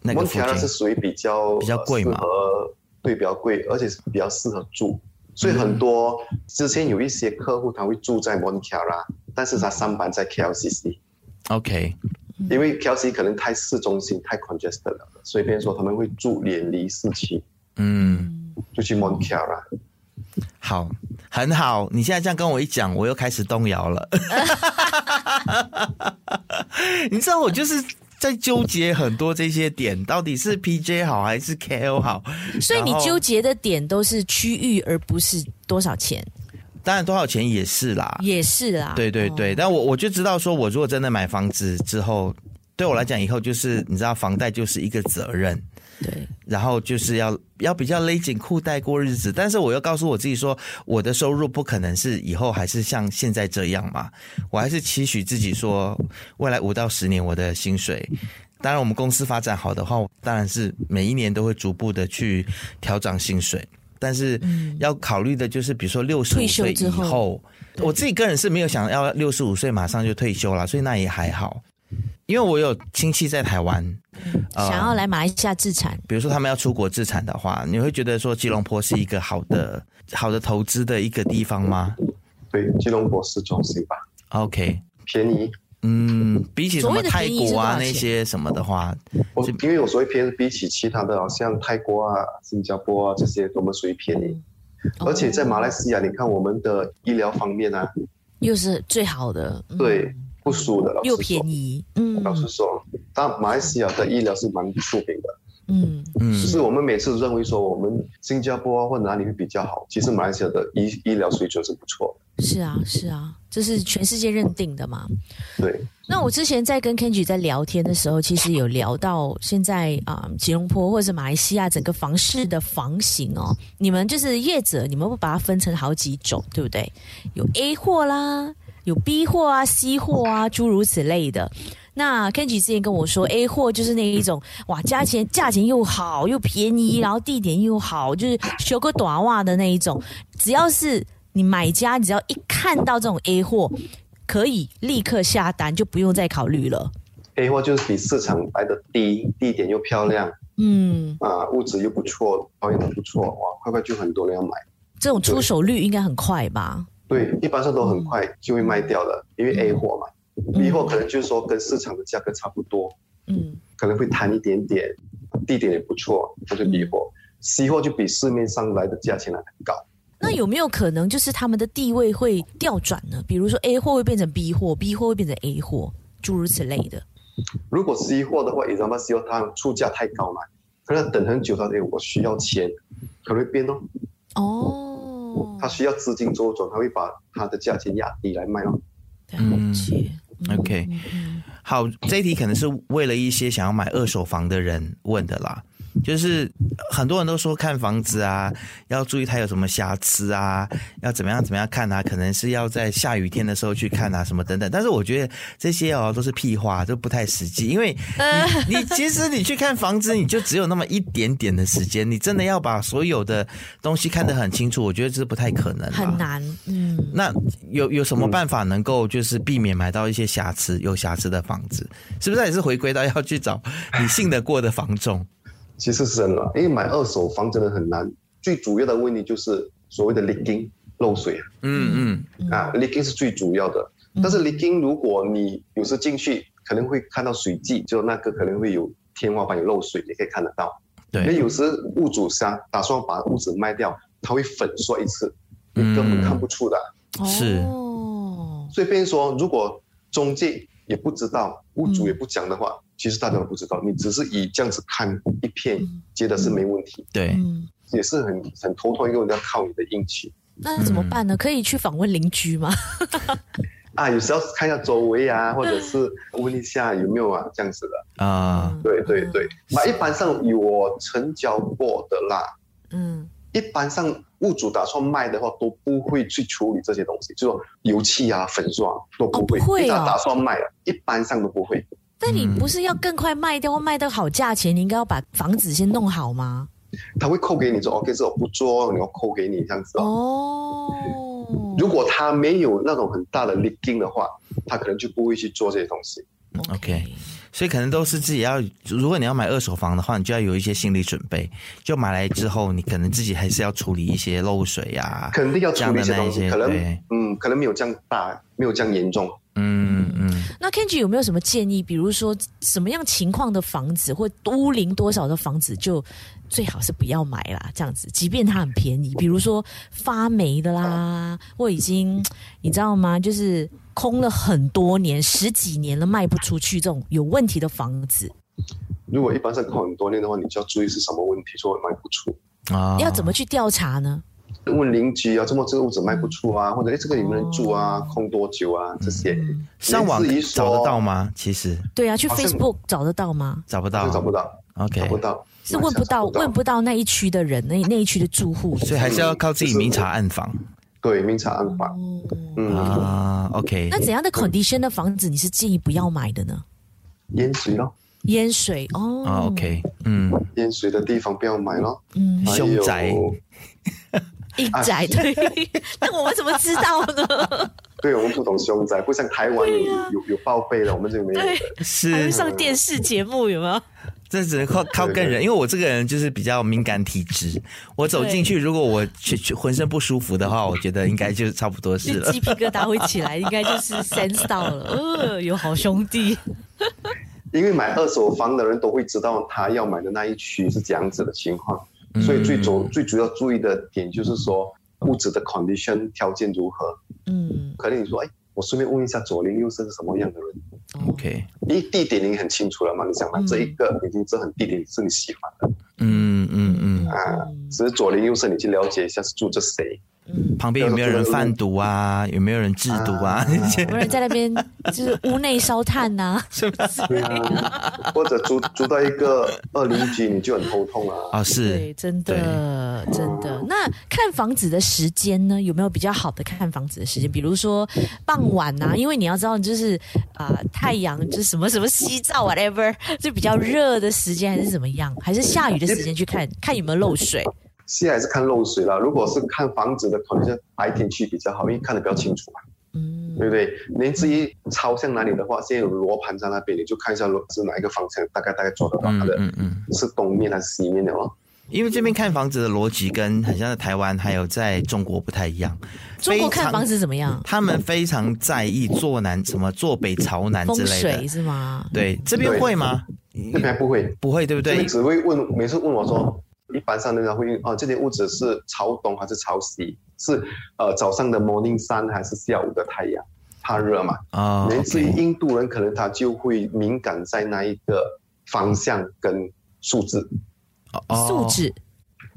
[SPEAKER 2] 那个
[SPEAKER 3] 蒙
[SPEAKER 2] 附
[SPEAKER 3] 提拉是
[SPEAKER 2] 近
[SPEAKER 3] 属于比较
[SPEAKER 2] 比较贵
[SPEAKER 3] 呃
[SPEAKER 2] 嘛
[SPEAKER 3] 适合对比较贵，而且是比较适合住。所以很多、
[SPEAKER 2] 嗯
[SPEAKER 3] 之前有一些客户他会住在蒙提拉，但
[SPEAKER 2] 嗯
[SPEAKER 3] 是他上班在 KLCC，
[SPEAKER 2] ，OK，嗯
[SPEAKER 3] 因为 KLCC 可能太市中心太 congested 了，所以变成说他们会住远离市区，
[SPEAKER 2] 嗯，
[SPEAKER 3] 就去蒙提拉。
[SPEAKER 2] 好，很好，你现在这样跟我一讲，我又开始动摇了。 你知道我就是在纠结很多这些点，到底是 PJ 好还是 KO 好？
[SPEAKER 1] 所以你
[SPEAKER 2] 嗯然后
[SPEAKER 1] 纠结的点都是区域，而不是多少钱，
[SPEAKER 2] 当然多少钱也是啦，
[SPEAKER 1] 也是啦。哦
[SPEAKER 2] 对对对。但我我就知道说，我如果真的买房子之后，对我来讲，以后就是你知道，房贷就是一个责任。
[SPEAKER 1] 对，
[SPEAKER 2] 然后就是要要比较勒紧裤带过日子，但是我又告诉我自己说，我的收入不可能是以后还是像现在这样嘛，我还是期许自己说，未来五到十年我的薪水，当然我们公司发展好的话，当然是每一年都会逐步的去调整薪水。但是要考虑的就是，比如说六十五
[SPEAKER 1] 退休
[SPEAKER 2] 岁以
[SPEAKER 1] 之后
[SPEAKER 2] 后，我自己个人是没有想要六十五岁马上就退休啦，所以那也还好。因为我有亲戚在台湾，呃
[SPEAKER 1] 想要来马来西亚自产，
[SPEAKER 2] 比如说他们要出国自产的话，你会觉得说吉隆坡是一个好的好的投资的一个地方吗
[SPEAKER 3] 对，吉隆坡市中心吧，
[SPEAKER 2] ？OK，
[SPEAKER 3] 便宜。
[SPEAKER 2] 嗯，比起什
[SPEAKER 1] 所
[SPEAKER 2] 么
[SPEAKER 1] 谓的
[SPEAKER 2] 泰
[SPEAKER 1] 便宜是
[SPEAKER 2] 国啊
[SPEAKER 1] 多少
[SPEAKER 2] 那
[SPEAKER 1] 钱
[SPEAKER 2] 些什么的话，
[SPEAKER 3] 我因为我所谓便宜，比起其他的，好像泰国啊、新加坡啊这些，我们属于便
[SPEAKER 1] 嗯
[SPEAKER 3] 宜。而且在马来西亚，你看我们的医疗方面啊，
[SPEAKER 1] 哦又是最好的，嗯
[SPEAKER 3] 对，不输的，老实
[SPEAKER 1] 又
[SPEAKER 3] 说
[SPEAKER 1] 便。宜，嗯
[SPEAKER 3] 老实说，但马来西亚的医疗是蛮出名的，
[SPEAKER 1] 嗯，
[SPEAKER 3] 只
[SPEAKER 2] 嗯
[SPEAKER 3] 是我们每次认为说我们新加坡啊或哪里会比较好，其实马来西亚的医医疗水准是不错
[SPEAKER 1] 是啊是啊，这是全世界认定的嘛。
[SPEAKER 3] 的。对，
[SPEAKER 1] 那我之前在跟 Kenji 在聊天的时候，其实有聊到现在啊、嗯吉隆坡或者是马来西亚整个房市的房型哦，你们就是业者，你们会把它分成好几种，对不对？有 A 货啦，有 B 货啊，C 货啊，诸如此类的。那 Kenji 之前跟我说，A 货就是那一种，哇，价钱价钱又好又便宜，然后地点又好，就是修个短袜的那一种。只要是你买家，只要一看到这种 A 货，可以立刻下单，就不用再考虑了。
[SPEAKER 3] A 货就是比市场来的低，地点又漂亮
[SPEAKER 1] 嗯，
[SPEAKER 3] 啊，物质又不错，保养的不错，哇，快快就很多人要买。
[SPEAKER 1] 这种出手率应该很快吧？
[SPEAKER 3] 对，一般上都很快就会卖掉了，因为 A 货嘛、b 货可能就是说跟市场的价格差不多，
[SPEAKER 1] 嗯
[SPEAKER 3] 可能会谈一点点，地点也不错，它就 B 货。C 货就比市面上来的价钱来的高，
[SPEAKER 1] 那有没有可能就是他们的地位会调转呢？比如说 A 货会变成 B 货，B 货会变成 A 货，诸如此类的。
[SPEAKER 3] 如果 C 货的话，example C 货它出价太高嘛，可能等很久它哎我需要钱，可能会变哦，
[SPEAKER 1] 哦
[SPEAKER 3] 它需要资金周转，它会把它的价钱压低来卖哦。
[SPEAKER 1] 了解。嗯
[SPEAKER 2] OK
[SPEAKER 1] 嗯嗯
[SPEAKER 2] 好，这一题可能是为了一些想要买二手房的人问的啦。就是很多人都说看房子啊，要注意它有什么瑕疵啊，要怎么样怎么样看啊，可能是要在下雨天的时候去看啊，什么等等。但是我觉得这些哦都是屁话，都不太实际，因为 你你其实你去看房子，你就只有那么一点点的时间，你真的要把所有的东西看得很清楚，我觉得这是不太可能，
[SPEAKER 1] 很。难，嗯。
[SPEAKER 2] 那有有
[SPEAKER 3] 嗯
[SPEAKER 2] 什么办法能够就是避免买到一些瑕疵、有瑕疵的房子？是不是也是回归到要去找你信得过的房仲？
[SPEAKER 3] 其实是真的，因为买二手房真的很难。最主要的问题就是所谓的 leaking 漏水啊
[SPEAKER 2] 嗯
[SPEAKER 3] 啊，leaking 是最主要的。但是 leaking 如果你有时进去可能会看到水迹，就那个可能会有天花板有漏水，你可以看得到。
[SPEAKER 2] 对
[SPEAKER 3] 因为有时屋主想打算把屋子卖掉，他会粉刷一次，你根
[SPEAKER 2] 嗯
[SPEAKER 3] 本看不出的。
[SPEAKER 2] 是
[SPEAKER 1] 哦，
[SPEAKER 3] 所以变成说，如果中介也不知道，屋主也不讲的话，其实大家都不知道，你只是以这样子看一片
[SPEAKER 1] 嗯，
[SPEAKER 3] 觉得是没问题，
[SPEAKER 2] 对，
[SPEAKER 1] 嗯，
[SPEAKER 3] 也是很很头痛一个问题，要靠你的运气
[SPEAKER 1] 那怎么办呢？可以去访问邻居吗？
[SPEAKER 3] 啊。有时候看一下周围啊，或者是
[SPEAKER 2] 嗯
[SPEAKER 3] 问一下有没有啊这样子的。
[SPEAKER 2] 啊、
[SPEAKER 1] 嗯
[SPEAKER 3] 对对对，那一般上有我成交过的啦，
[SPEAKER 1] 嗯，
[SPEAKER 3] 一般上屋主打算卖的话，都不会去处理这些东西，就是说油漆啊、粉刷啊都不会，
[SPEAKER 1] 哦不会哦
[SPEAKER 3] 一打打算卖啊，一般上都不会。
[SPEAKER 1] 但你不是要更快卖掉或卖到好价钱，你应该要把房子先弄好吗？
[SPEAKER 3] 他会扣给你说 OK，这我不做，你要扣给你这样子哦。
[SPEAKER 1] 哦，
[SPEAKER 3] 如果他没有那种很大的 leaking 的话，他可能就不会去做这些东西。
[SPEAKER 2] OK 所以可能都是自己要，如果你要买二手房的话，你就要有一些心理准备。就买来之后，你可能自己还是要处理一些漏水啊呀、
[SPEAKER 3] 肯定要处理一些东西，
[SPEAKER 2] 这样的那一些
[SPEAKER 3] 可能
[SPEAKER 2] 对
[SPEAKER 3] 嗯，可能没有这样大，没有这样严重。
[SPEAKER 2] 嗯嗯
[SPEAKER 1] 那 Kenji 有没有什么建议？比如说什么样情况的房子或屋龄多少的房子就最好是不要买啦，这样子，即便它很便宜，比如说发霉的啦，或已经你知道吗？就是空了很多年，十几年了卖不出去这种有问题的房子，
[SPEAKER 3] 如果一般上扣很多年的话，你就要注意是什么问题，说卖不出，
[SPEAKER 2] 啊，
[SPEAKER 1] 要怎么去调查呢？
[SPEAKER 3] 问邻居啊，这么这个屋子卖不出
[SPEAKER 2] 嗯
[SPEAKER 3] 啊，或者哎这个有没有人住啊，
[SPEAKER 1] 哦
[SPEAKER 3] 空多久啊这些，
[SPEAKER 2] 上网
[SPEAKER 3] 至于说
[SPEAKER 2] 找得到吗？其实
[SPEAKER 1] 对啊，去
[SPEAKER 3] 好像
[SPEAKER 1] Facebook 找得到吗？
[SPEAKER 2] 找不到
[SPEAKER 3] 就，找不到，
[SPEAKER 2] OK，
[SPEAKER 3] 找不到，
[SPEAKER 1] 是问不到，问不到那一区的人，那那一区的住户。
[SPEAKER 2] 所以还是要靠自己明察暗访
[SPEAKER 3] 对明察暗访，
[SPEAKER 1] 哦，
[SPEAKER 3] 嗯，
[SPEAKER 2] 啊。OK，
[SPEAKER 1] 那怎样的 condition 的房子你是建议不要买的呢？
[SPEAKER 3] 淹水咯，
[SPEAKER 1] 淹水哦。
[SPEAKER 2] 啊，OK，嗯，
[SPEAKER 3] 淹水的地方不要买咯，哎
[SPEAKER 1] 嗯，
[SPEAKER 3] 还
[SPEAKER 2] 凶
[SPEAKER 3] 有
[SPEAKER 2] 宅
[SPEAKER 1] 一宅对，
[SPEAKER 2] 啊
[SPEAKER 1] 那我们怎么知道呢？
[SPEAKER 3] 对，我们不懂凶宅，不像台湾有、有有报备的，我们这里没有的。
[SPEAKER 1] 还
[SPEAKER 2] 是
[SPEAKER 1] 会上电视节目有没有？
[SPEAKER 2] 这只能靠靠个人，因为我这个人就是比较敏感体质，我走进去，如果我去去浑身不舒服的话，我觉得应该就差不多是
[SPEAKER 1] 就
[SPEAKER 2] 了
[SPEAKER 1] 鸡。皮疙瘩会起来，应该就是 sense 到 了，呃，有好兄弟。
[SPEAKER 3] 因为买二手房的人都会知道他要买的那一区是怎样子的情况，
[SPEAKER 2] 嗯
[SPEAKER 3] 所以最主最主要注意的点就是说物质的 condition 条件如何。
[SPEAKER 1] 嗯
[SPEAKER 3] 可能你说，哎，我顺便问一下左邻右舍是什么样的
[SPEAKER 2] 嗯
[SPEAKER 3] 人？
[SPEAKER 1] 哦
[SPEAKER 2] OK，
[SPEAKER 3] 因为地点你很清楚了嘛，你想买
[SPEAKER 1] 嗯
[SPEAKER 3] 这一个已经这很地点是你喜欢的，
[SPEAKER 2] 嗯嗯嗯，
[SPEAKER 3] 啊只是左邻右舍你去了解一下是住着谁，
[SPEAKER 1] 嗯，
[SPEAKER 2] 旁边有没有人贩毒啊？有没有人制毒啊？ 那些
[SPEAKER 1] 有没有人在那边就是屋内烧炭呐？
[SPEAKER 2] 嗯
[SPEAKER 3] 对啊， 或者租租到一个二邻居你就很头痛啊。
[SPEAKER 2] 啊是
[SPEAKER 1] 对，真的，真的。那看房子的时间呢，有没有比较好的看房子的时间？比如说傍晚啊，因为你要知道，就是啊、呃太阳就是什么什么西照 whatever，就比较热的时间还是怎么样？还是下雨的时间去
[SPEAKER 2] 哎
[SPEAKER 1] 看看有没有漏水？
[SPEAKER 3] 现在还是看漏水啦，如果是看房子的，可能就白天去比较好，因为看得比较清楚嘛，
[SPEAKER 1] 嗯
[SPEAKER 3] 对不对？您至于朝向哪里的话，现在有罗盘在那边，你就看一下罗是哪一个方向，大概大概抓得到它
[SPEAKER 2] 嗯
[SPEAKER 3] 的、
[SPEAKER 2] 嗯嗯，
[SPEAKER 3] 是东面还是西面的哦。
[SPEAKER 2] 因为这边看房子的逻辑跟很像在台湾还有在中国不太一样。
[SPEAKER 1] 中国看
[SPEAKER 2] 非常
[SPEAKER 1] 房子怎么样？
[SPEAKER 2] 他们非常在意坐南什么坐北朝南之
[SPEAKER 1] 风
[SPEAKER 2] 类
[SPEAKER 1] 水
[SPEAKER 2] 的。
[SPEAKER 1] 是吗？
[SPEAKER 2] 对，这边
[SPEAKER 3] 对
[SPEAKER 2] 会吗？
[SPEAKER 3] 那边还不会，
[SPEAKER 2] 不会，对不
[SPEAKER 3] 这
[SPEAKER 2] 对
[SPEAKER 3] 边？只会问，每次问我说，一般上人家会问哦，这间屋子是朝东还是朝西？是呃早上的 morning sun 还是下午的太阳？怕热嘛。
[SPEAKER 2] 啊
[SPEAKER 3] 连至于
[SPEAKER 2] OK
[SPEAKER 3] 印度人，可能他就会敏感在那一个方向跟数字。
[SPEAKER 2] 哦
[SPEAKER 1] 素质、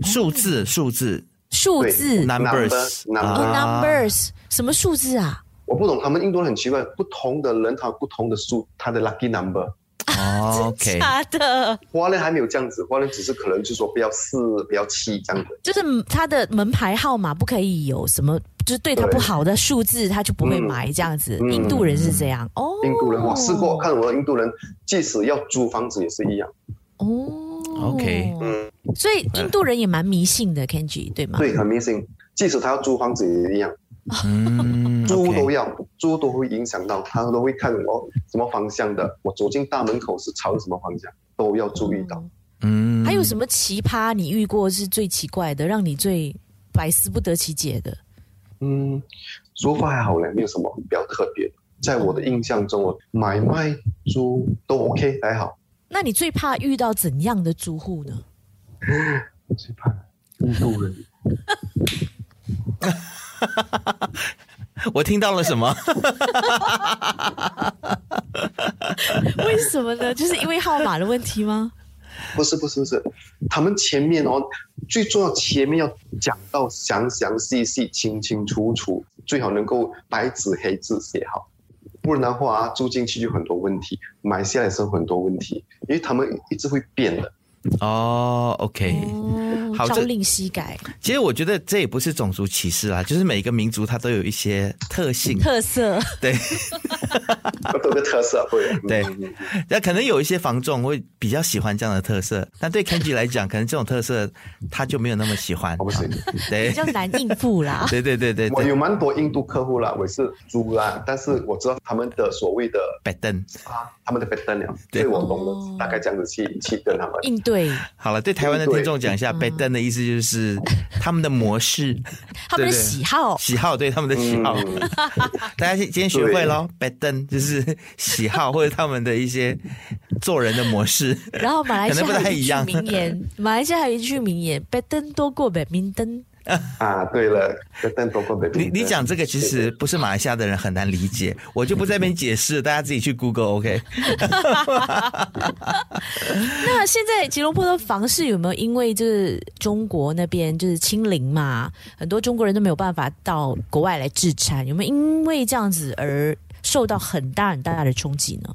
[SPEAKER 2] 数字数字
[SPEAKER 1] 数字、
[SPEAKER 2] numbers
[SPEAKER 1] 哦
[SPEAKER 3] Number，啊
[SPEAKER 1] numbers 什么数字啊？
[SPEAKER 3] 我不懂，他们印度人很奇怪，不同的人他有不同的数，他的 lucky number，
[SPEAKER 2] 哦 OK，
[SPEAKER 1] 假的，
[SPEAKER 3] 华人还没有这样子，华人只是可能就说不要四、不要七这样子。
[SPEAKER 1] 就是他的门牌号码不可以有什么，就是对他
[SPEAKER 3] 对
[SPEAKER 1] 不好的数字，他就不会买这样子。
[SPEAKER 3] 嗯
[SPEAKER 1] 印度人是这样哦，
[SPEAKER 3] 印度人，我试过看我的印度人，即使要租房子也是一样。
[SPEAKER 1] 哦
[SPEAKER 2] OK
[SPEAKER 3] 嗯，
[SPEAKER 1] 所以印度人也蛮迷信的，Kenji 对吗？
[SPEAKER 3] 对，很迷信。即使他要租房子也一样，
[SPEAKER 2] 嗯，
[SPEAKER 3] 租都
[SPEAKER 2] OK
[SPEAKER 3] 要租都会影响到他，都会看我什么方向的。我走进大门口是朝什么方向，都要注意到。
[SPEAKER 2] 嗯，
[SPEAKER 1] 还有什么奇葩你遇过是最奇怪的，让你最百思不得其解的？
[SPEAKER 3] 嗯，说法还好嘞，没有什么比较特别。在我的印象中，我买卖租都 OK 还好。
[SPEAKER 1] 那你最怕遇到怎样的租户呢？
[SPEAKER 3] 我最怕印度人。
[SPEAKER 2] 我听到了 什么？
[SPEAKER 1] 为什么呢？ 就是因为号码的问题吗？
[SPEAKER 3] 不是不是不是，他们前面哦，最重要前面要讲到详详细细、清清楚楚，最好能够白纸黑字写好，不然的话、住进去就很多问题，买下来是很多问题，因为他们一直会变 的。
[SPEAKER 2] 哦，OK，
[SPEAKER 1] 哦，
[SPEAKER 2] 好
[SPEAKER 1] 朝
[SPEAKER 2] 这
[SPEAKER 1] 令夕改，
[SPEAKER 2] 其实我觉得这也不是种族歧视啦，就是每一个民族它都有一些 特性，
[SPEAKER 1] 特色。
[SPEAKER 2] 对。
[SPEAKER 3] 都有个特色，会
[SPEAKER 2] 对
[SPEAKER 3] 嗯嗯嗯
[SPEAKER 2] 那可能有一些房仲会比较喜欢这样的特色，但对 Kenji 来讲，可能这种特色他就没有那么喜欢。
[SPEAKER 3] 我哦不行，
[SPEAKER 2] 对。
[SPEAKER 1] 比较难应付啦
[SPEAKER 2] 对对对对
[SPEAKER 3] 我
[SPEAKER 2] 对，
[SPEAKER 3] 有蛮多印度客户啦，我也是租啦，但是我知道他们的所谓的
[SPEAKER 2] 摆凳。
[SPEAKER 3] 啊，他们的 p a 了，所
[SPEAKER 2] 对
[SPEAKER 3] 以我懂
[SPEAKER 1] 哦
[SPEAKER 3] 了，大概这样子去去跟他们。
[SPEAKER 1] 应对
[SPEAKER 2] 好了，对台湾的听众讲一下，
[SPEAKER 1] 对
[SPEAKER 2] 摆凳的意思就是他们的模
[SPEAKER 1] 嗯
[SPEAKER 2] 式、
[SPEAKER 1] 他们的
[SPEAKER 2] 对对
[SPEAKER 1] 喜好，
[SPEAKER 2] 喜好，对他们的喜好。
[SPEAKER 3] 嗯
[SPEAKER 2] 大家今天学会喽，摆凳就是喜好或者他们的一些做人的模式。
[SPEAKER 1] 然后马来西亚
[SPEAKER 2] 可能不
[SPEAKER 1] 还
[SPEAKER 2] 太
[SPEAKER 1] 有一
[SPEAKER 2] 一
[SPEAKER 1] 句
[SPEAKER 2] 样
[SPEAKER 1] 名言，马来西亚还有一句名言：“白灯多过白明灯。
[SPEAKER 3] 啊，对了 p a 包括 b
[SPEAKER 2] 你你讲这个其实不是马来西亚的人很难理解，我就不在那边解释，大家自己去 Google OK。”
[SPEAKER 1] 那现在吉隆坡的房市有没有因为就是中国那边就是清零嘛，很多中国人都没有办法到国外来置产，有没有因为这样子而受到很大很大的冲击呢？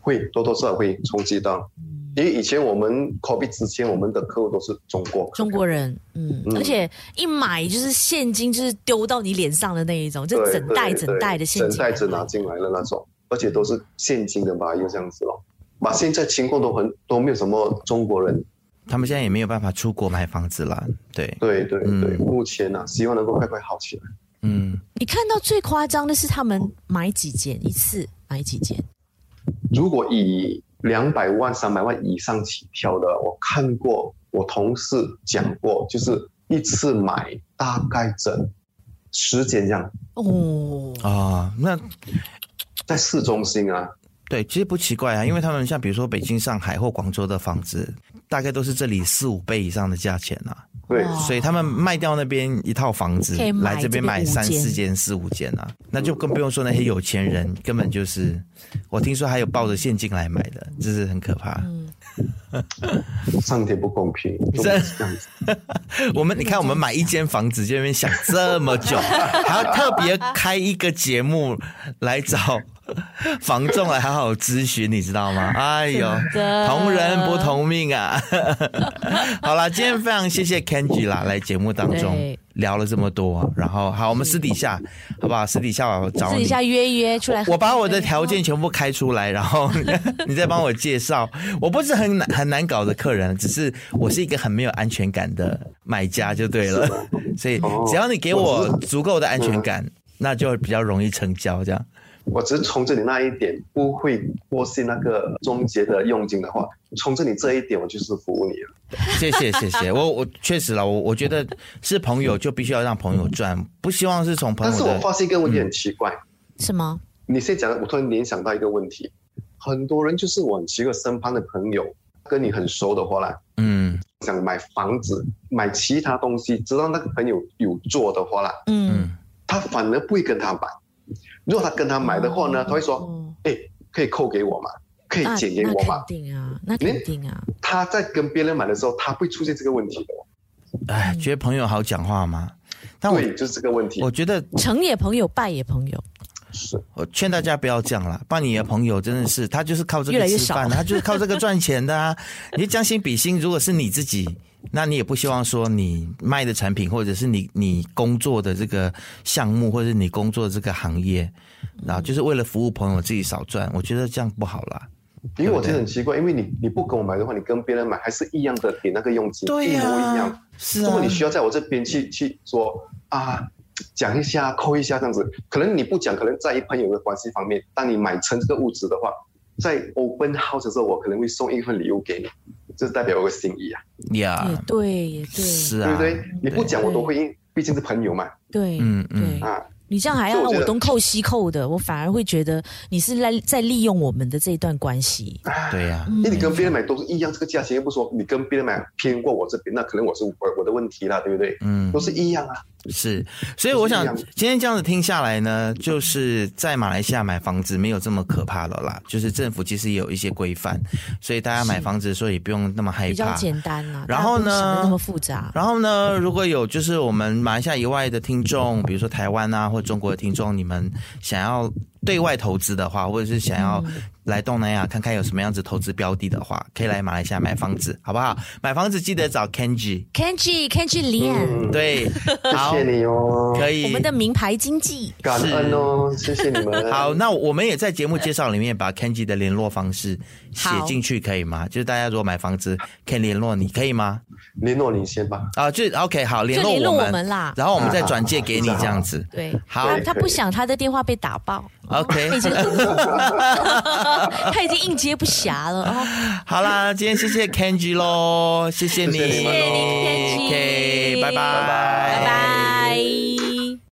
[SPEAKER 3] 会多多少少会冲击到，
[SPEAKER 2] 嗯
[SPEAKER 3] 因为以前我们 COVID 之前，我们的客户都是中国客户
[SPEAKER 1] 中国人，嗯，
[SPEAKER 3] 嗯
[SPEAKER 1] 而且一买就是现金，就是丢到你脸上的那一种，就
[SPEAKER 3] 对
[SPEAKER 1] 整袋
[SPEAKER 3] 对
[SPEAKER 1] 整
[SPEAKER 3] 对
[SPEAKER 1] 袋的现
[SPEAKER 3] 整
[SPEAKER 1] 金来
[SPEAKER 3] 袋
[SPEAKER 1] 买，
[SPEAKER 3] 子拿进来的那种，而且都是现金的吧，又这样子咯。嘛，现在情况都很都没有什么中国人，
[SPEAKER 2] 他们现在也没有办法出国买房子了，对，
[SPEAKER 3] 对对对，
[SPEAKER 2] 嗯
[SPEAKER 3] 目前呢、啊，希望能够快快好起来。
[SPEAKER 2] 嗯，
[SPEAKER 1] 你看到最夸张的是他们买几件一次买几件，
[SPEAKER 3] 如果以两百万、三百万以上起跳的，我看过，我同事讲过，就是一次买大概整十件这样，
[SPEAKER 1] 哦，
[SPEAKER 2] 哦，那
[SPEAKER 3] 在市中心啊，
[SPEAKER 2] 对，其实不奇怪啊，因为他们像比如说北京、上海或广州的房子，大概都是这里四五倍以上的价钱啊，
[SPEAKER 3] 对，
[SPEAKER 1] 哇
[SPEAKER 2] 所以他们卖掉那边一套房子
[SPEAKER 1] 哦可以，买
[SPEAKER 2] 来这边买
[SPEAKER 1] 这边五
[SPEAKER 2] 三
[SPEAKER 1] 间
[SPEAKER 2] 四间、四五间啊，那就更不用说那些有钱人，根本就是，我听说还有抱着现金来买的，这是很可怕。
[SPEAKER 1] 嗯，
[SPEAKER 3] 上天不公平，这
[SPEAKER 2] 这
[SPEAKER 3] 样子。
[SPEAKER 2] 我们你看，我们买一间房子就在那边想这么 久，还要特别开一个节目来找房仲来好好咨询，你知道吗？哎呦
[SPEAKER 1] 真，的
[SPEAKER 2] 同人不同 命啊！好啦，今天非常谢谢 Kenji 啦，来节目当中
[SPEAKER 1] 对
[SPEAKER 2] 聊了这么多，然后好，我们私底下好不好？私底下我找
[SPEAKER 1] 私
[SPEAKER 2] 你
[SPEAKER 1] 底。下约一约出来喝咖啡，
[SPEAKER 2] 我把我的条件全部开出来，然后 你再帮我介绍。我不是很难很难搞的客人，只是我是一个很没有安全感的买家就对了。所以
[SPEAKER 3] 哦
[SPEAKER 2] 只要你给我足够的安全
[SPEAKER 3] 嗯
[SPEAKER 2] 感，那就比较容易成交。这样
[SPEAKER 3] 我只是从这里那一点不会过信那个终结的佣金的话，从这里这一点我就是服务你了。
[SPEAKER 2] 谢谢谢谢，我我确实了，我我觉得是朋友就必须要让朋友赚，不希望是从朋
[SPEAKER 3] 但
[SPEAKER 2] 友
[SPEAKER 3] 是我
[SPEAKER 2] 的
[SPEAKER 3] 发现一个问题很奇怪，
[SPEAKER 1] 是吗？
[SPEAKER 3] 你现在讲的，我突然联想到一个问题，很多人就是我很奇怪，身旁的朋友跟你很熟的话啦，
[SPEAKER 2] 嗯
[SPEAKER 3] 想买房子、买其他东西，知道那个朋友有做的话啦，
[SPEAKER 1] 嗯，
[SPEAKER 2] 嗯
[SPEAKER 3] 他反而不会跟他买。如果他跟他买的话呢，他会说
[SPEAKER 1] 哦，：“
[SPEAKER 3] 哎，可以扣给我吗？可以
[SPEAKER 1] 那
[SPEAKER 3] 减给我
[SPEAKER 1] 那
[SPEAKER 3] 吗嗯
[SPEAKER 1] 肯定啊，那肯定啊，？”
[SPEAKER 3] 他在跟别人买的时候，他不会出现这个问题的。
[SPEAKER 2] 哎，觉得朋友好讲话吗？但我
[SPEAKER 3] 对，就是这个问题
[SPEAKER 2] 我。觉得
[SPEAKER 1] 成也朋友，败也朋友，
[SPEAKER 3] 是
[SPEAKER 2] 我劝大家不要这样啦，帮你的朋友真的是他就是靠这
[SPEAKER 1] 越来
[SPEAKER 2] 个
[SPEAKER 1] 越
[SPEAKER 2] 吃饭，啊
[SPEAKER 1] 少
[SPEAKER 2] 他就是靠这个赚钱 的啊。你就将心比心，如果是你自己，那你也不希望说你卖的产品，或者是你你工作的这个项目，或者是你工作的这个行业，然后就是为了服务朋友自己少赚，我觉得这样不好啦。
[SPEAKER 3] 因为我觉得很奇怪，因为你你不跟我买的话，你跟别人买还是一样的，给那个佣金
[SPEAKER 2] 对
[SPEAKER 3] 一
[SPEAKER 2] 呀、
[SPEAKER 3] 模一样。
[SPEAKER 2] 是
[SPEAKER 3] 如
[SPEAKER 2] 啊嗯
[SPEAKER 3] 啊果你，需要在我这边去去说啊，讲一下扣一下这样子，可能你不讲，可能在于朋友的关系方面，当你买成这个物质的话，在 open house 的时候，我可能会送一份礼物给你，这代表我的心意啊，
[SPEAKER 2] 呀
[SPEAKER 1] 也对，也对，
[SPEAKER 2] 是
[SPEAKER 3] 对
[SPEAKER 2] 啊，
[SPEAKER 3] 不对？你不讲我都会，因为毕竟是朋友嘛
[SPEAKER 1] 对，
[SPEAKER 2] 嗯
[SPEAKER 1] 对
[SPEAKER 2] 嗯，
[SPEAKER 3] 啊。
[SPEAKER 1] 你这样还要
[SPEAKER 3] 所以我觉
[SPEAKER 1] 我
[SPEAKER 3] 得
[SPEAKER 1] 东扣西扣的，我反而会觉得你是在在利用我们的这一段关系。
[SPEAKER 2] 对啊呀、
[SPEAKER 1] 嗯
[SPEAKER 3] 因为你跟别人买都是一样，这个价钱又不说你跟别人买偏过我这边，那可能我是我我的问题啦，对不对？
[SPEAKER 2] 嗯
[SPEAKER 3] 都。是一样啊，
[SPEAKER 2] 是，所以我想
[SPEAKER 3] 就是这
[SPEAKER 2] 今天这样子听下来呢，就是在马来西亚买房子没有这么可怕了啦，就是政府其实也有一些规范，所以大家买房子，所以不用那么害
[SPEAKER 1] 比较
[SPEAKER 2] 怕。
[SPEAKER 1] 简单啊，
[SPEAKER 2] 然后呢
[SPEAKER 1] 大家不用想的那么复杂。
[SPEAKER 2] 然后呢，如果有就是我们马来西亚以外的听众，比如说台湾啊或中国的听众，你们想要对外投资的话，或者是想要来东南亚看看有什么样子投资标的的话，可以来马来西亚买房子，好不好？买房子记得找 Kenji，
[SPEAKER 1] Kenji Kenji
[SPEAKER 3] 嗯
[SPEAKER 1] Lian，、
[SPEAKER 2] 对，嗯好
[SPEAKER 3] 谢，谢你哦，
[SPEAKER 2] 可以。
[SPEAKER 1] 我们的名牌经济。
[SPEAKER 3] 感恩哦，谢谢你 们。
[SPEAKER 2] 好，那我们也在节目介绍里面把 Kenji 的联络方式写
[SPEAKER 1] 好
[SPEAKER 2] 进去，可以吗？就是大家如果买房子，可以联络你，可以吗？
[SPEAKER 3] 联络你先吧。
[SPEAKER 2] 啊，就 OK，好，联
[SPEAKER 1] 就
[SPEAKER 2] 络
[SPEAKER 1] 联络
[SPEAKER 2] 我
[SPEAKER 1] 我们啦
[SPEAKER 2] 然后我们再转借给你
[SPEAKER 3] 啊
[SPEAKER 2] 这 样子。
[SPEAKER 1] 对，
[SPEAKER 2] 好
[SPEAKER 1] 他他不想他的电话被打爆，
[SPEAKER 2] OK，
[SPEAKER 1] 他已经 他已经应接不暇了。哦
[SPEAKER 2] 好啦，今天谢谢 Kenji 喽，谢谢你
[SPEAKER 3] 谢谢你们
[SPEAKER 1] 喽谢谢你 Kenji
[SPEAKER 2] ，OK，拜拜，
[SPEAKER 1] 拜
[SPEAKER 2] 拜
[SPEAKER 1] 拜。